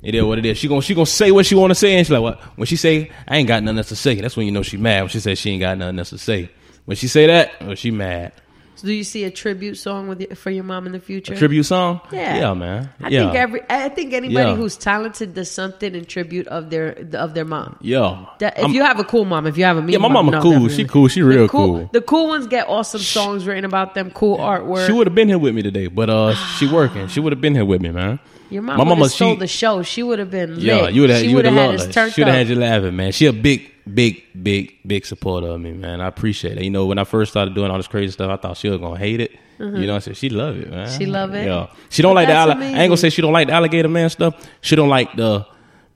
It is what it is. She gonna she gonna say what she want to say, and she like what when she say I ain't got nothing else to say. That's when you know she mad. When she says she ain't got nothing else to say. When she say that, oh, she mad. So do you see a tribute song with your, for your mom in the future? Tribute song. Yeah. yeah, man. I yeah. think every I think anybody Yeah. who's talented does something in tribute of their of their mom. yeah. That- if I'm- you have a cool mom, if you have a mean Yeah, my mom, mama no, cool. definitely. She cool. She real the cool, cool. The cool ones get awesome songs written about them, cool artwork. She would have been here with me today, but uh, she working. She would have been here with me, man. Your My mom, would mama, have stole she- the show. She would have been lit. Yeah, you would have. She You would would've have had loved us her. turned She would have up. had you laughing, man. She a big, big, big, big supporter of me, man. I appreciate it. You know, when I first started doing all this crazy stuff, I thought she was gonna hate it. You know, I said she love it, man. Mm-hmm. She love it? Yeah, she don't But like the. that's Alli- I ain't gonna say she don't like the alligator man stuff. She don't like the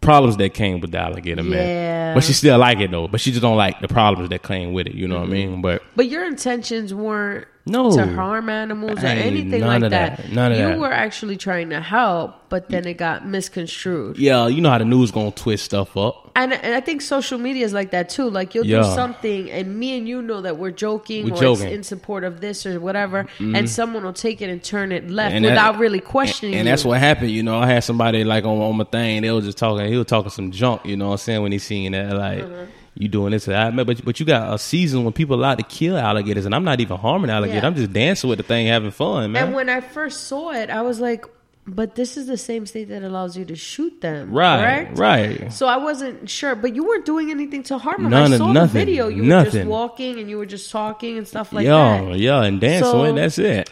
problems that came with the alligator Yeah. man. But she still like it though. But she just don't like the problems that came with it. You know what I Mm-hmm. mean? But But your intentions weren't No. to harm animals or Ain't anything none like of that. None of you that. were actually trying to help, but then it got misconstrued. yeah, you know how the news gonna twist stuff up. And, and I think social media is like that too. Like you'll do Yeah. something, and me and you know that we're joking We're or joking. Mm-hmm. it's in support of this or whatever, and someone will take it and turn it left And that- without really questioning. And you. that's what happened, you know. I had somebody like on, on my thing, they was just talking, he was talking some junk, you know what I'm saying, when he seen that, like, Uh-huh. you doing this. I remember, but, but you got a season when people allowed to kill alligators, and I'm not even harming alligators. Yeah. I'm just dancing with the thing, having fun, man. And when I first saw it, I was like, but this is the same state that allows you to shoot them. right, correct? right. So I wasn't sure, but you weren't doing anything to harm them. None I of- saw nothing, the video. You were just nothing. walking and you were just talking and stuff like yeah, that. yeah, and dancing, So- and that's it.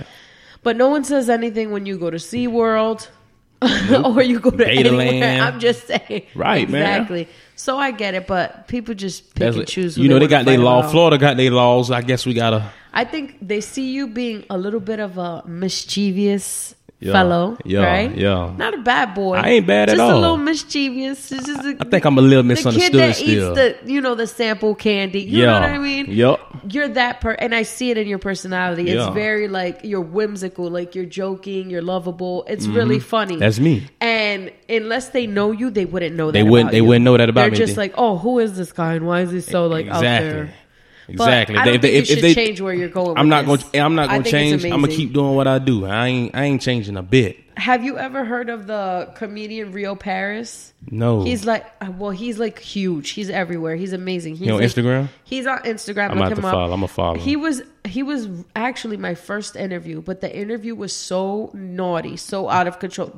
But no one says anything when you go to SeaWorld *laughs* or you go to Dataland. anywhere. I'm just saying. Right, man. Exactly. So I get it, but people just pick That's and what, choose. who you know, they wanna got their fight law. about. Florida got their laws. I guess we gotta I think they see you being a little bit of a mischievous Yeah, fellow, yeah, right? yeah. not a bad boy. I ain't bad at just a all. little mischievous. It's just a- I think I'm a little The kid misunderstood that still. eats the, you know, the sample candy. You yeah. know what I mean? Yep. You're that per, and I see it in your personality. Yeah. It's very like you're whimsical, like you're joking, you're lovable. It's really funny. Mm-hmm. That's me. And unless they know you, they wouldn't know. They that wouldn't- about they you. wouldn't know that about They're me. just They- like, oh, who is this guy, and why is he so like out there? But Exactly. I They- don't think if they- you if- should if they- change where you're going. with I'm not going. this. to I'm not I going to think it's change. I'm gonna amazing. keep doing what I do. I ain't. I ain't changing a bit. Have you ever heard of the comedian Rio Paris? No. He's like, uh, well, he's like huge. He's everywhere. He's amazing. He's on like- Instagram? He's on Instagram. I'm Look about him to up. follow. I'm gonna follow. He was he was actually my first interview, but the interview was so naughty, so out of control.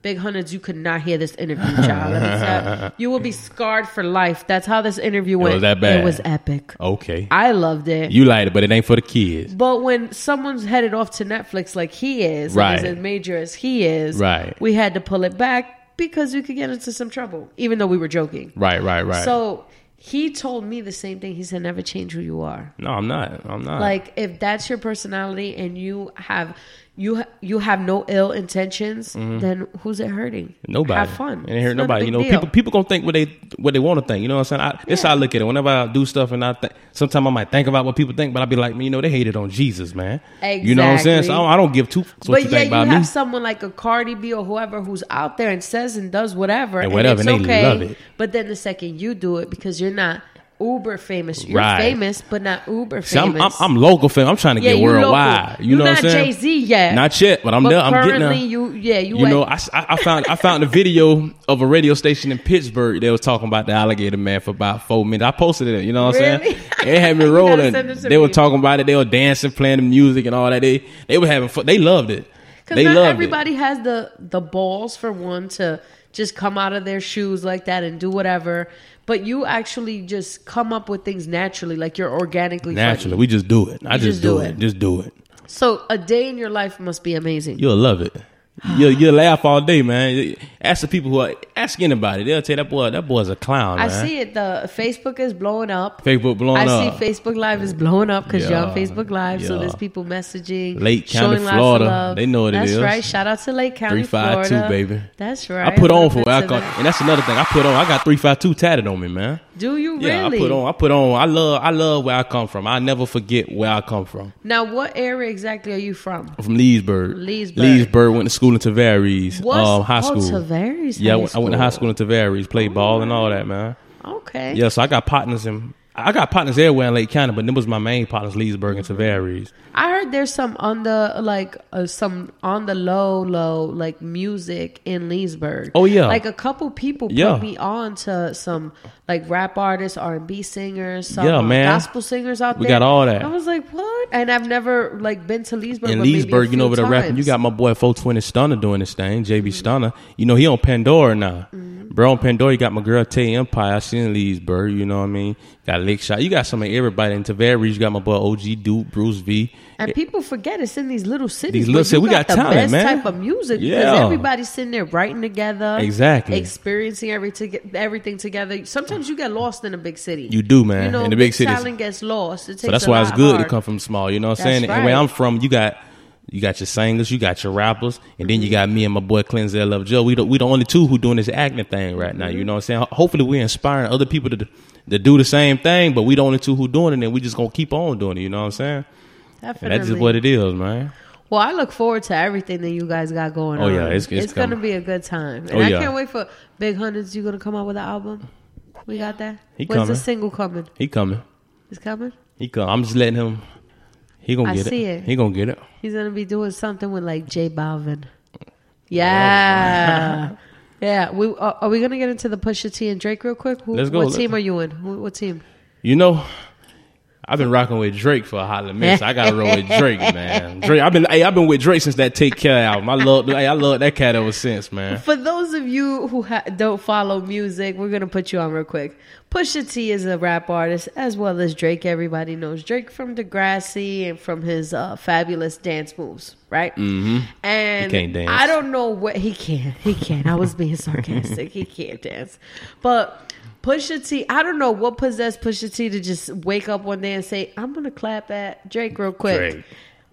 Big hundreds, you could not hear this *laughs* interview, child. Let me tell you. You will be scarred for life. That's how this interview went. was that bad. It was epic. okay. I loved it. you lied, but it ain't for the kids. But when someone's headed off to Netflix like he is, Right. and is as major as he is, Right. we had to pull it back because we could get into some trouble, even though we were joking. Right. Right. Right. So He told me the same thing. He said, never change who you are. No, I'm not. I'm not. Like if that's your personality and you have you ha- you have no ill intentions, then who's it hurting? Mm-hmm. Nobody. Have fun. And hurt It's not a nobody. big You know, deal. people people gonna think what they what they want to think. You know what I'm saying? I, This how I look at it. Whenever I do stuff, and I think sometimes I might think about what people think, but I be like, man, you know, they hated on Jesus, man. You know what I'm saying? So Exactly. I don't, I don't give two fucks what but yeah, you think you about have me. someone like a Cardi B or whoever who's out there and says and does whatever, and, whatever, it's and they okay. love it. But then the second you do it because you're not uber famous, you're Right. famous but not uber See, I'm, famous. I'm, I'm local fam. I'm trying to Yeah, get you local. worldwide. You You know what I'm not saying? Jay-Z yet. Not yet, but I'm But there. I'm getting there. currently you- yeah, you know, at- I, s- I- I found I found a video of a radio station in Pittsburgh that was talking about the alligator man for about four minutes. I posted it. You know what I'm Really? saying? It had me *laughs* You gotta rolling. send it to They were me. talking about it. They were dancing, playing the music, and all that. They they were having fun. They loved it. Because They not loved everybody it. has the the balls for one to just come out of their shoes like that and do whatever. But you actually just come up with things naturally, like you're organically funny. Naturally, we just do it. I just, do it. Just do it. So a day in your life must be amazing. You'll love it. You'll, you'll laugh all day, man. Ask the people who are, ask anybody. They'll tell you that boy. That boy's a clown. I man. see it. The Facebook is blowing up. Facebook blowing I up. see Facebook Live is blowing up because you're on Yeah, Facebook Live, so yeah. there's people messaging. Lake County, showing lots of Florida. love. They know what it That's is. right. Shout out to Lake County, Three five two, Florida. baby. That's right. I put on for Welcome to alcohol, the- and that's another thing. I put on. I got three five two tatted on me, man. Do you Yeah, really? I put on. I put on. I love. I love where I come from. I never forget where I come from. Now, what area exactly are you from? I'm from Leesburg. Leesburg. Leesburg. Went to school in Tavares. What's- Um, high oh, school. Tavares Yeah, High I went, I went to high school in Tavares. Played ball and all that, man. Okay. Yeah, so I got partners in. I got partners everywhere in Lake County, but them was my main partners, Leesburg and Tavares. I heard there's some on the like uh, some on the low low like music in Leesburg. Oh, yeah. like a couple people Yeah. put me on to some like rap artists, R and B singers, some Yeah, uh, man. gospel singers out We there. got all that. I was like, what? And I've never like been to Leesburg. in but maybe a Leesburg, you know, few where they're rapping. You times. Mm-hmm. got my boy 420 Stunner doing his thing, JB Stunner. You know, he on Pandora now. Bro, on Pandora, you got my girl Tay Empire. I seen in Leesburg, you know what I mean? Got Lick Shot. You got some of everybody. In Tavares, you got my boy OG Duke, Bruce V. And people forget it's in these little cities. These but little cities. you We got the talent, best man. type of music because Yeah. everybody's sitting there writing together, Exactly. experiencing every to- everything together. Sometimes you get lost in a big city. You do, man. You know, In the big cities. talent gets lost. It takes So that's a why lot it's good hard. to come from small, you know what That's I'm saying? And where right. I'm from, you got you got your singers, you got your rappers, and then you got me and my boy Cleanser Love Joe. We the, we the only two who doing this acting thing right now, Mm-hmm. you know what I'm saying? Ho- Hopefully we're inspiring other people to, d- to do the same thing, but we the only two who doing it, and we just gonna keep on doing it, you know what I'm saying? And Definitely. that's just what it is, man. Well, I look forward to everything that you guys got going Oh, on. yeah, it's- it's gonna coming. be a good time, and Oh, I yeah. can't wait for Big Hundreds. You gonna come out with an album? We got that. He When's the coming. single coming? He coming. It's coming. He come. I'm just letting him he gonna I get see it. it. He gonna get it. He's gonna be doing something with like J *laughs* Balvin. Yeah. *laughs* Yeah, we uh, are, are we gonna get into the Pusha T and Drake real quick? Who, Let's go. What Let's- team are you in? Who, what team? You know, I've been rocking with Drake for a hot minute. so I gotta roll with *laughs* Drake, man. Drake, I've been, hey, I've been with Drake since that Take Care album. I love, hey, I love that cat ever since, man. For those of you who ha- don't follow music, we're gonna put you on real quick. Pusha T is a rap artist as well as Drake. Everybody knows Drake from Degrassi and from his uh, fabulous dance moves, right? Mm-hmm. And He can't dance. I don't know what he can. He can. I was being sarcastic. he can't dance, but Pusha T. I don't know what possessed Pusha T to just wake up one day and say, "I'm gonna clap at Drake real quick." Drake.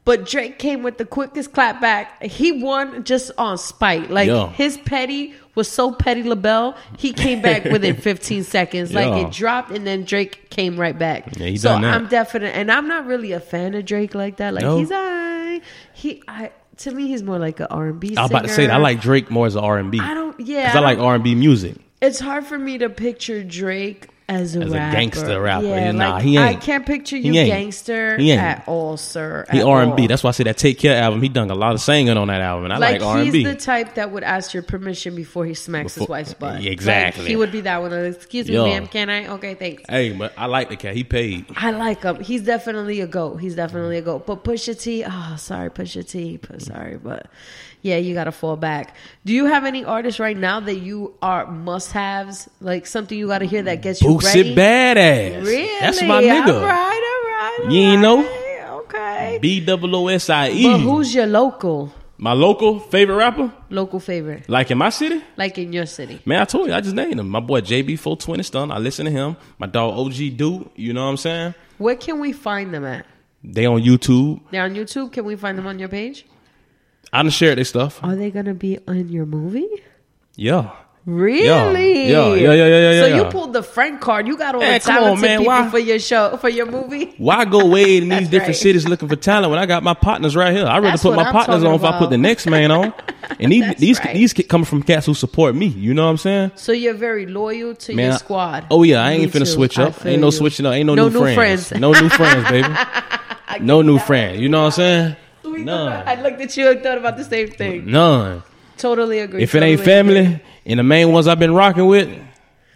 But Drake came with the quickest clap back. He won just on spite. Like Yeah. his petty was so petty LaBelle, he came back *laughs* within 15 seconds. Like Yeah. it dropped and then Drake came right back. Yeah, he so done that. I'm definite and I'm not really a fan of Drake like that. Like No. he's I he I to me he's more like an R&B I was about to say, that. I singer. like Drake more as an R and B. I don't- yeah, because I I, like don't- R and B music. It's hard for me to picture Drake as a, As a rapper. gangster rapper. Yeah, Nah, like, he I ain't. can't picture He you ain't. gangster He ain't. at all, sir. He at R and B. all. That's why I say that Take Care album. He done a lot of singing on that album. And I like R and he's B. the type that would ask your permission before he smacks his Before- wife's butt. Yeah, exactly. Like, he would be that one. Like, Excuse me, Yeah. ma'am, can I? Okay, thanks. Hey, but I like the cat. He paid. I like him. He's definitely a goat. He's definitely a goat. But Pusha T, oh, sorry, Pusha T, but sorry, but yeah, you got to fall back. Do you have any artists right now that you are must-haves? Like something you got to hear that gets you ready? Boosie badass. Really? That's my All nigga. right, all right. all You ain't know? right. Okay. B double O S I E. But who's your local? My local favorite rapper, Local favorite, like in my city, like in your city. man, I told you, I just named him. My boy JB420 Stun. I listen to him. My dog OG Dude. You know what I'm saying? Where can we find them at? They on YouTube. They're on YouTube. Can we find them on your page? I done shared their stuff. Are they gonna be on your movie? Yeah. Really? Yeah, yeah, yeah, yeah, yeah, So yeah. you pulled the friend card. You got all Yeah, the come on, talented man, people why- for your show, for your movie. Why go *laughs* wade in these That's different right. cities looking for talent when I got my partners right here? I'd rather That's put what my I'm partners talking on if I put about. the next *laughs* man on. And these That's these right. these kids coming from cats who support me. You know what I'm saying? So you're very loyal to Man, your I- squad. Oh yeah, I ain't Me finna too. switch I up. feel Ain't no you. switching up. Ain't no, No new, new *laughs* friends. friends. no new friends, baby. No new friend. You know what I'm saying? None. I looked at you and thought about the same thing. None. Totally agree. If it ain't totally agree. family and the main ones I've been rocking with,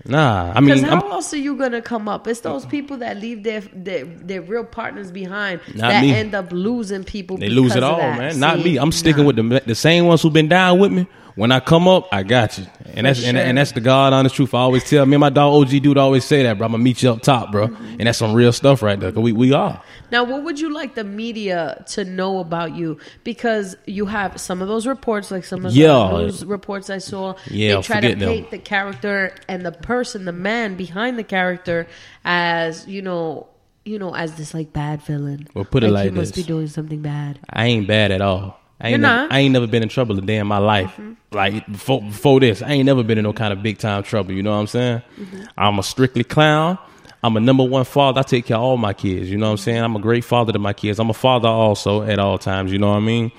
nah. I Because mean, how I'm, else are you gonna come up? It's those people that leave their their, their real partners behind Not that me. end up losing people. they lose because it of all, that. man. Not See? me. I'm sticking Nah. with the the same ones who've been down with me. When I come up, I got you, and that's and, sure. and that's the God honest truth. I always tell me and my dog OG dude always say that, bro. I'm gonna meet you up top, bro, and that's some real stuff right there. 'cause we we are. Now, what would you like the media to know about you? Because you have some of those reports, like some of Yeah. the news reports I saw. Yeah, they try to forget them. paint the character and the person, the man behind the character, as you know, you know, as this like bad villain. Well, put it he like must this. be doing something bad. I ain't bad at all. I ain't You're never, not. Mm-hmm. I ain't never been in trouble a day in my life. Like before, before this, I ain't never been in no kind of big time trouble. You know what I'm saying? Mm-hmm. I'm a strictly clown. I'm a number one father. I take care of all my kids. You know what I'm saying? I'm a great father to my kids. I'm a father also at all times. You know what I mean?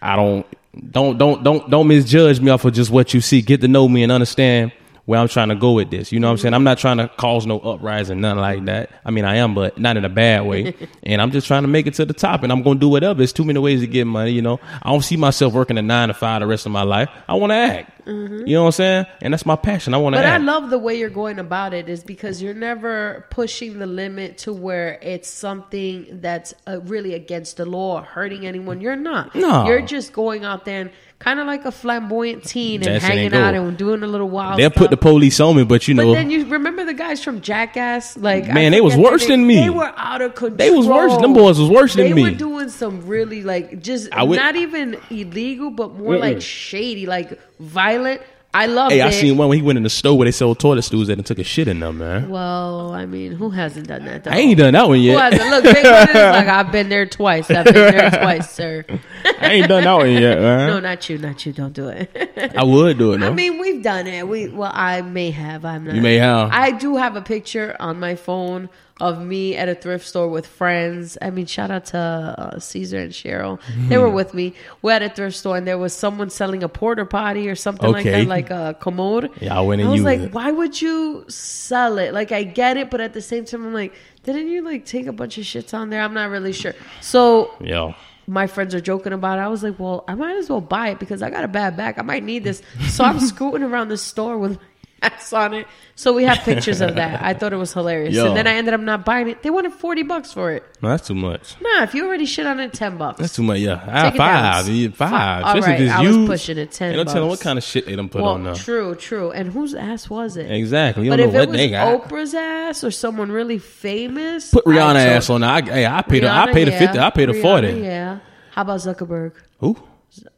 I don't don't don't don't don't misjudge me off of just what you see. Get to know me and understand where I'm trying to go with this. You know what I'm saying? I'm not trying to cause no uprising, nothing Mm-hmm. like that. I mean, I am, but not in a *laughs* bad way. and I'm just trying to make it to the top, and I'm going to do whatever. There's too many ways to get money. You know, I don't see myself working a nine to five the rest of my life. I want to act. You know what I'm saying? And that's my passion. I want to Mm-hmm. But I act. love the way you're going about it is because you're never pushing the limit to where it's something that's uh, really against the law, hurting anyone. You're not. No. You're just going out there and kind of like a flamboyant teen and That's it, ain't hanging go. out and doing a little wild They'll put the stuff. police on me, but you But know, then you remember the guys from Jackass? Like I Man, they was forget their worse name. than me. They were out of control. was worse- them boys was worse than They me. were doing some really like just I would- not even illegal, but more like shady, like violent. I loved hey, it. I seen one when he went in the store where they sold toilet stools at and took a shit in them, man. Well, I mean, who hasn't done that? Though? I ain't done that one Who yet. hasn't? Look, Big Brother is like, I've been there twice. I've been there twice, sir. *laughs* I ain't done that one yet, man. *laughs* No, not you, not you. Don't do it. *laughs* I would do it. though. I mean, we've done it. We well, I may have. I'm not. You may have. I do have a picture on my phone of me at a thrift store with friends. I mean, shout out to uh, Caesar and Cheryl. They Hmm. were with me. We're at a thrift store, and there was someone selling a porter potty or something like Okay. that, like a commode. Yeah, I went and I was used like, it. why would you sell it? Like, I get it, but at the same time, I'm like, didn't you like take a bunch of shits on there? I'm not really sure. So Yeah. my friends are joking about it. I was like, well, I might as well buy it because I got a bad back. I might need this. So *laughs* I'm scooting around the store with my *laughs* ass on it. So we have pictures of that. I thought it was hilarious. Yo. And then I ended up not buying it. They wanted 40 bucks for it. No, that's too much. Nah, if you already shit on it, 10 bucks. That's too much. Yeah, ah, Take it down. five, yeah, five. Fi- all Especially right, if it's I was used. pushing it, 10 You don't tell them what bucks. kind of shit they done put well, on there. true, true. And whose ass was it? Exactly. You But don't if know it what was they got. Oprah's ass or someone really famous, Put I'd Rihanna ass choke. on. there. I, hey, I paid. her Rihanna, I paid her yeah. fifty. I paid her Rihanna, forty. Yeah. How about Zuckerberg? Who?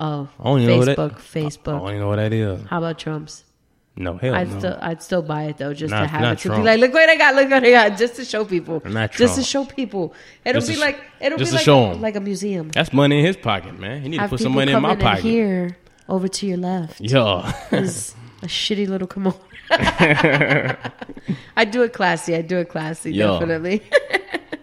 Oh, I don't even know Facebook, what that. I Facebook. don't even know what that is. How about Trump's? No hell I'd no. still I'd still buy it though, just Not- to have not it to Trump. be like, look what I got, look what I got, just to show people, Not just to Trump. show people. It'll Just be to sh- like it'll be just to like show 'em. like a museum. That's money in his pocket, man. He need to Have put people some money in my coming pocket. here over to your left Yeah. is a shitty little *laughs* commode. I do it classy. I do it classy, Yo. definitely.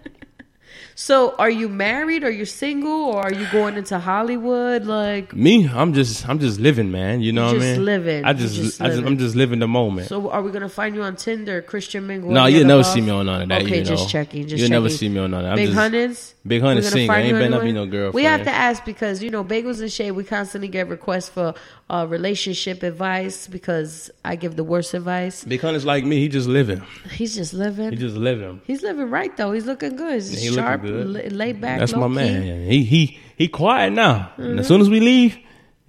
*laughs* so, are you married? Are you single? Or are you going into Hollywood? Like, *laughs* Me, I'm just, I'm just living, man. You know what I just mean? living. I You just, just I just, living. I'm just living the moment. so are we gonna find you on Tinder, Christian Mingle? no, any you other never love? see me on none of that. Okay, you know? just checking. Just You'll checking. never see me on none of that. I'm Big just- hundreds. Big hundreds We're gonna single. I find ain't you been up anywhere? no girlfriend. We have to ask because you know bagels and shade. We constantly get requests for uh, relationship advice because I give the worst advice. Big hundreds like me. He just living. He's just living. He just living. He's living right though. He's looking good. He's He looking sharp, good. la- laid back. That's my low-key. man. He he he quiet now. And as soon as we leave,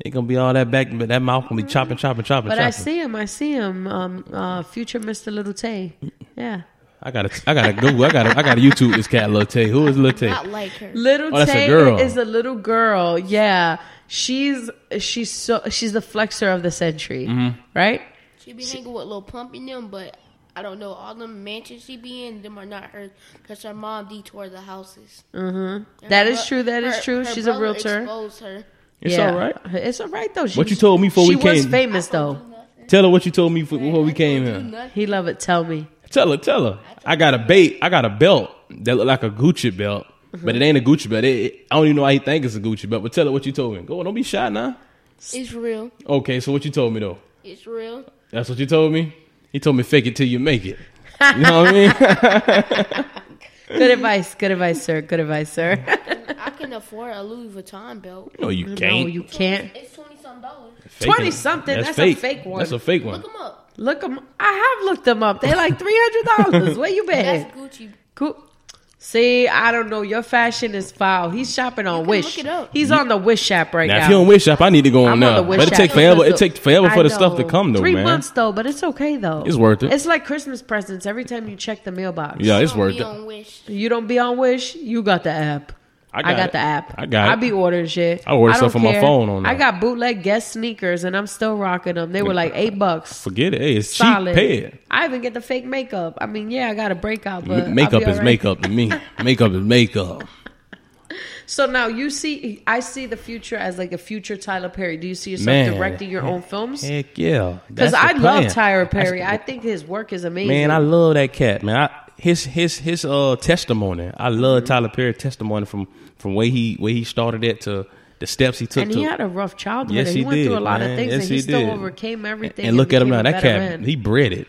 it gonna be all that back, but that mouth gonna be chopping, chopping, chopping, But chopping. *laughs* I see him. I see him. Um, uh, future Mr. Little Tay. Yeah. I gotta, I gotta Google, I gotta, I gotta YouTube this cat Lil Tay. Who is Lil Tay? Not like her. Little Oh, that's a Tay girl. is a little girl. Yeah, she's she's so she's the flexor of the century, Mm-hmm. right? She be hanging with Lil Pump in them, but I don't know. All them mansions she be in, them are not hers because her mom detoured the houses. Mm-hmm. That is true, that is true. She's a realtor. Exposed her. It's yeah. all right. It's all right though. She What was- you told me before she we came. was famous though. Tell her what you told me f- before we came Do here. nothing. He love it. Tell me. Tell her, tell her. I got a bait. I got a belt that look like a Gucci belt, but it ain't a Gucci belt. It, it- I don't even know why he think it's a Gucci belt. But tell her what you told me. Go, don't be shy now. It's real. Okay, so what you told me though? It's real. That's what you told me. He told me fake it till you make it. You know what I *laughs* mean? Good advice. Good advice, sir. Good advice, *laughs* sir. I can afford a Louis Vuitton belt. No, you no, can't. you *laughs* can't. It's twenty some dollars. Faking. 20-something, that's a fake one. That's a fake one. Look them up. Look them. I have looked them up. They're like three hundred dollars. Where you been? *laughs* That's Gucci. Cool. See, I don't know. Your fashion is foul. He's shopping on can Wish. look it up. He's on the Wish app right Now, now. if you don't wish up, I need to go on I'm on now. the Wish But it app. take forever. It Look, take forever I for the stuff to know. come though, Three man. months though, but it's okay though. It's worth it. It's like Christmas presents. Every time you check the mailbox, Yeah, it's Don't worth be it. on Wish. you don't be on Wish. You got the app. I got, it. the app. I got. I it. be ordering shit. I order don't stuff on my care. phone on I there. got bootleg guest sneakers, and I'm still rocking them. They were like eight bucks. Forget it. Hey, it's Solid. cheap. Pay it. I even get the fake makeup. I mean, yeah, I got a breakout, M- but I'll makeup be is all right. makeup to me. makeup *laughs* is makeup. So now you see, I see the future as like a future Tyler Perry. Do you see yourself Man. directing your own films? Heck yeah. Because That's I the love plan. Tyler That's- Perry. I think his work is amazing. Man, I love that cat, man. I, his his his uh testimony. I Mm-hmm. love Tyler Perry's testimony from from where he where he started at to the steps he took and to he had a rough childhood. Yes, he, he went through a did, lot of man. things, Yes, and he, he still did. overcame everything. And, look at him now. That cat, he breaded. He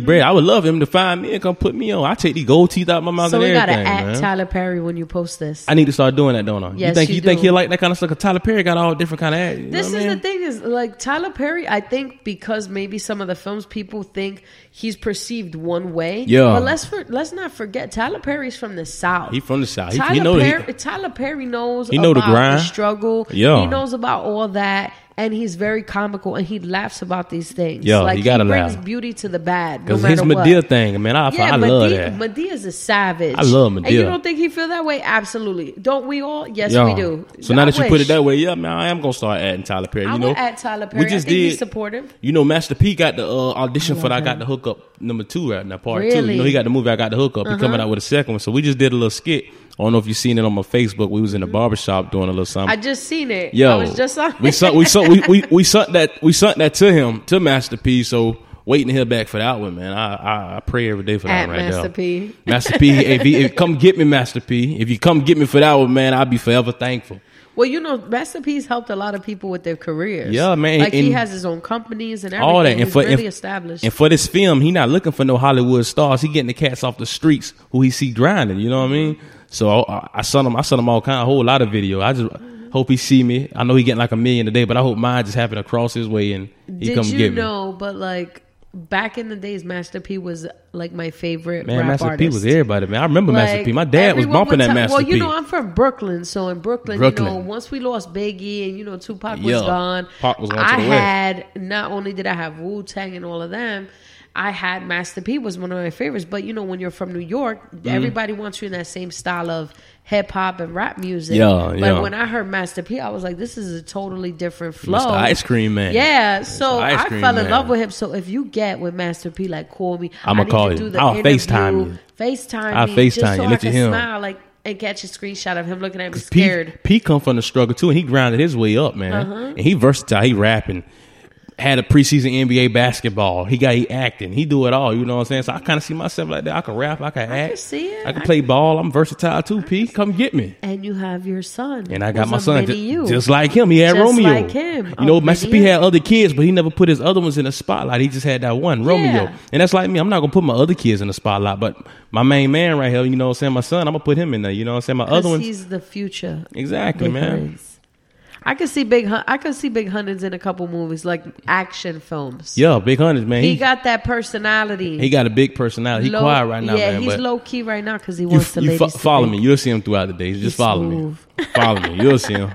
Mm-hmm. bred. I would love him to find me and come put me on. I take these gold teeth out my mouth so and we gotta everything. at man. Tyler Perry when you post this. I need to start doing that, don't I? you Yes, think you think do. he'll like that kind of stuff? 'Cause Tyler Perry got all different kind of ads. you this know is what the I mean? thing is like Tyler Perry. I think because maybe some of the films people think he's perceived one way. Yeah. but let's for, let's not forget Tyler Perry's from the South. He from the South. He- he Tyler, know- he- Perry, Tyler Perry knows. He know the about grind. struggle. Yeah. he knows about all that, and he's very comical, and he laughs about these things. Yeah, like he gotta brings laugh. beauty to the bad. Because Cause no his matter Medea what. thing, man. I, I Madea, love that. Medea's a savage. I love And you Madea. don't think he feel that way? Absolutely. Don't we all? Yes, Yeah. we do. So now I that you put wish. it that way, yeah, man, I am gonna start adding Tyler Perry. I you would know, add Tyler Perry. I think he's supportive. You know, Master P got the uh, audition for that. I got the hookup number two right now, part two. Really? Uh-huh. You know, he got the movie. I got the hookup. He coming out with a second one. So we just did a little skit. I don't know if you seen it on my Facebook. We was in the barbershop doing a little something. I just seen it. Um, Yo, I was just on. we sunk, we sunk, we, we, *laughs* we sunk that we sunk that to him to Master P. So waiting to hear back for that one, man. I I, I pray every day for that At one right Master there. P. Master P. If he if, come get me, Master P. If you come get me for that one, man, I'll be forever thankful. well, you know, Master P's helped a lot of people with their careers. Yeah, man, Like he and- has his own companies and everything. All that He's and for really and, established. and for this film, he not looking for no Hollywood stars. He getting the cats off the streets who he see grinding. You know what I mean? So I, I sent him. I sent him all kind of whole lot of video. I just hope he see me. I know he getting like a million a day, but I hope mine just happened to cross his way and he Did come you get me. know? But like back in the days, Master P was like my favorite Man, rap Master artist. P was everybody, man. I remember Master Like, P. My dad was everyone bumping would that tell- Master Well, you P. know, I'm from Brooklyn, so in Brooklyn, you know, Brooklyn. once we lost Biggie and you know Tupac was Yeah. gone, Pac was gone to I the West. had not only did I have Wu Tang and all of them. I had Master P was one of my favorites, but you know when you're from New York, Mm-hmm. everybody wants you in that same style of hip hop and rap music. Yeah, but yeah. when I heard Master P, I was like, this is a totally different flow. Ice Cream Man. Yeah, so Ice I Cream fell in Man. love with him. So if you get with Master P, like call me. I'ma I need call to you. do the I'll interview, FaceTime you. FaceTime. I'll me FaceTime just so you. I Look can at him. smile like and catch a screenshot of him looking at me P, scared. Uh-huh. P come from the struggle too, and he grinded his way up, man. And he versatile. He rapping, had a preseason NBA basketball. He got he acting. He do it all. You know what I'm saying? So I kind of see myself like that. I can rap. I can act. see it. I can I play ball. I'm versatile too. P, come get me. and you have your son. And I got who's my a son mini ju- you. just like him. He had Just Romeo. like him. You know, Oh, Master mini P you. had other kids, but he never put his other ones in the spotlight. He just had that one, Romeo. Yeah. And that's like me. I'm not gonna put my other kids in the spotlight, but my main man right here, you know what I'm saying, my son, I'm gonna put him in there. You know what I'm saying? My other 'Cause ones. He's the future. Exactly, Big man. Hunnins. I could see big. Hun- I could see big Hunnins in a couple movies, like action films. Yeah, big hundreds, man. He, He, got got that personality. he got a big personality. He Low- quiet right now, Yeah, man. he's but low key right now because he you, wants the you ladies fo- to follow think. me. You'll see him throughout the day. Just follow smooth. me. Follow me. You'll see him.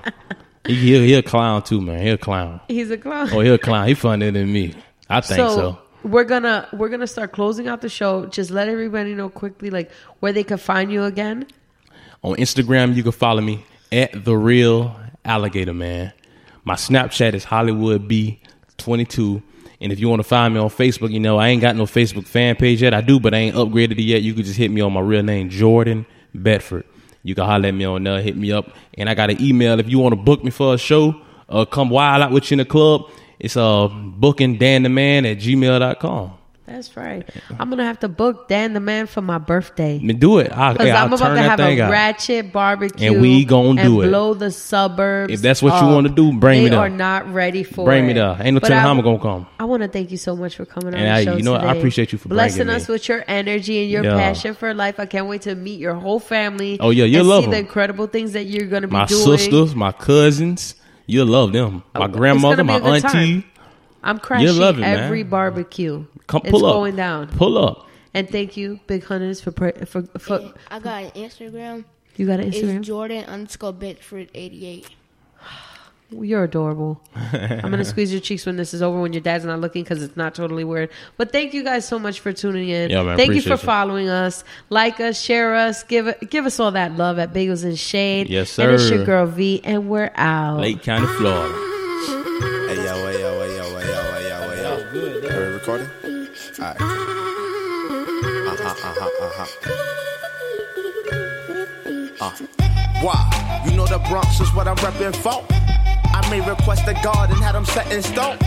He, he'll, he'll clown too, man. He'll clown. He's a clown. Oh, he'll clown. He funnier than me. I think so. we're gonna we're gonna start closing out the show. Just let everybody know quickly, like where they can find you again. On Instagram, you can follow me at the real alligator man. My Snapchat is Hollywood B22. And if you want to find me on Facebook, you know I ain't got no Facebook fan page yet. I do, but I ain't upgraded it yet. You can just hit me on my real name, Jordan Bedford. You can holler at me on there, hit me up, and I got an email if you want to book me for a show. Uh, come wild out with you in the club. It's uh booking Dan the Man at gmail.com. That's right. I'm gonna have to book Dan the man for my birthday I mean, do it. I, because yeah, I'll I'm about turn to that have a thing out. ratchet barbecue And we gonna and do it. Blow the suburbs. If that's what you up. wanna do, bring uh, they it up. are not ready for Bring it. me there. Ain't no But telling I- how I'm gonna come. I want to thank you so much for coming on And the I- show. you know what? I today. appreciate you for blessing bringing us me. with your energy and your Yeah. passion for life. I can't wait to meet your whole family. Oh, yeah, you'll and love see the 'em. incredible things that you're gonna be my doing. sisters, my cousins. You'll love them. My it's grandmother, my gonna be a good auntie. time. I'm crashing love it, man. every barbecue. Come it's pull up. going down. Pull up. And thank you, Big Hunters, for pra- for, for I got an Instagram. you got an It's Instagram. Jordan underscore Bedford eighty eight. You're *laughs* adorable. I'm gonna squeeze your cheeks when this is over, when your dad's not looking, because it's not totally weird. But thank you guys so much for tuning in. Yeah, man, thank you for appreciate you. following us, like us, share us, give give us all that love at Bagels and Shade. Yes, And it's sir. your girl V, and we're out. Lake County, Florida. Hey yo, hey yo, hey yo, hey yo, hey yo, hey yo. Are we recording? Alright. Uh-huh, uh-huh, uh-huh. Uh. Why? You know the Bronx is what I'm repping for. I may request a guard and had them set in stone.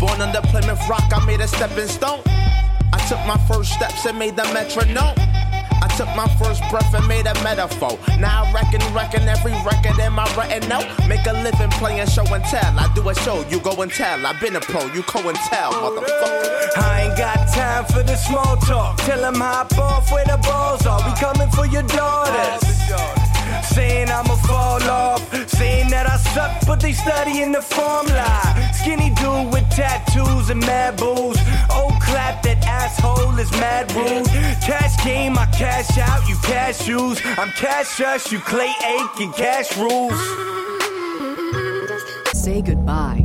Born under Plymouth Rock, I made a stepping stone. I took my first steps and made the metronome. I took my first breath and made a metaphor. Now I reckon, reckon every record in my retinal. Make a living playing show and tell. I do a show, you go and tell. i been a pro, you go and tell, motherfucker. I ain't got time for the small talk. Tell 'em hop off where the balls are. We coming for your daughters. Saying I'ma fall off. Saying that I suck, but they studying the form lie. Skinny dude with tattoos and mad boobs. Oh, clap, that asshole is mad rude. Cash game, I cash out, you cash shoes. I'm cash us, you clay ache and cash rules. Say goodbye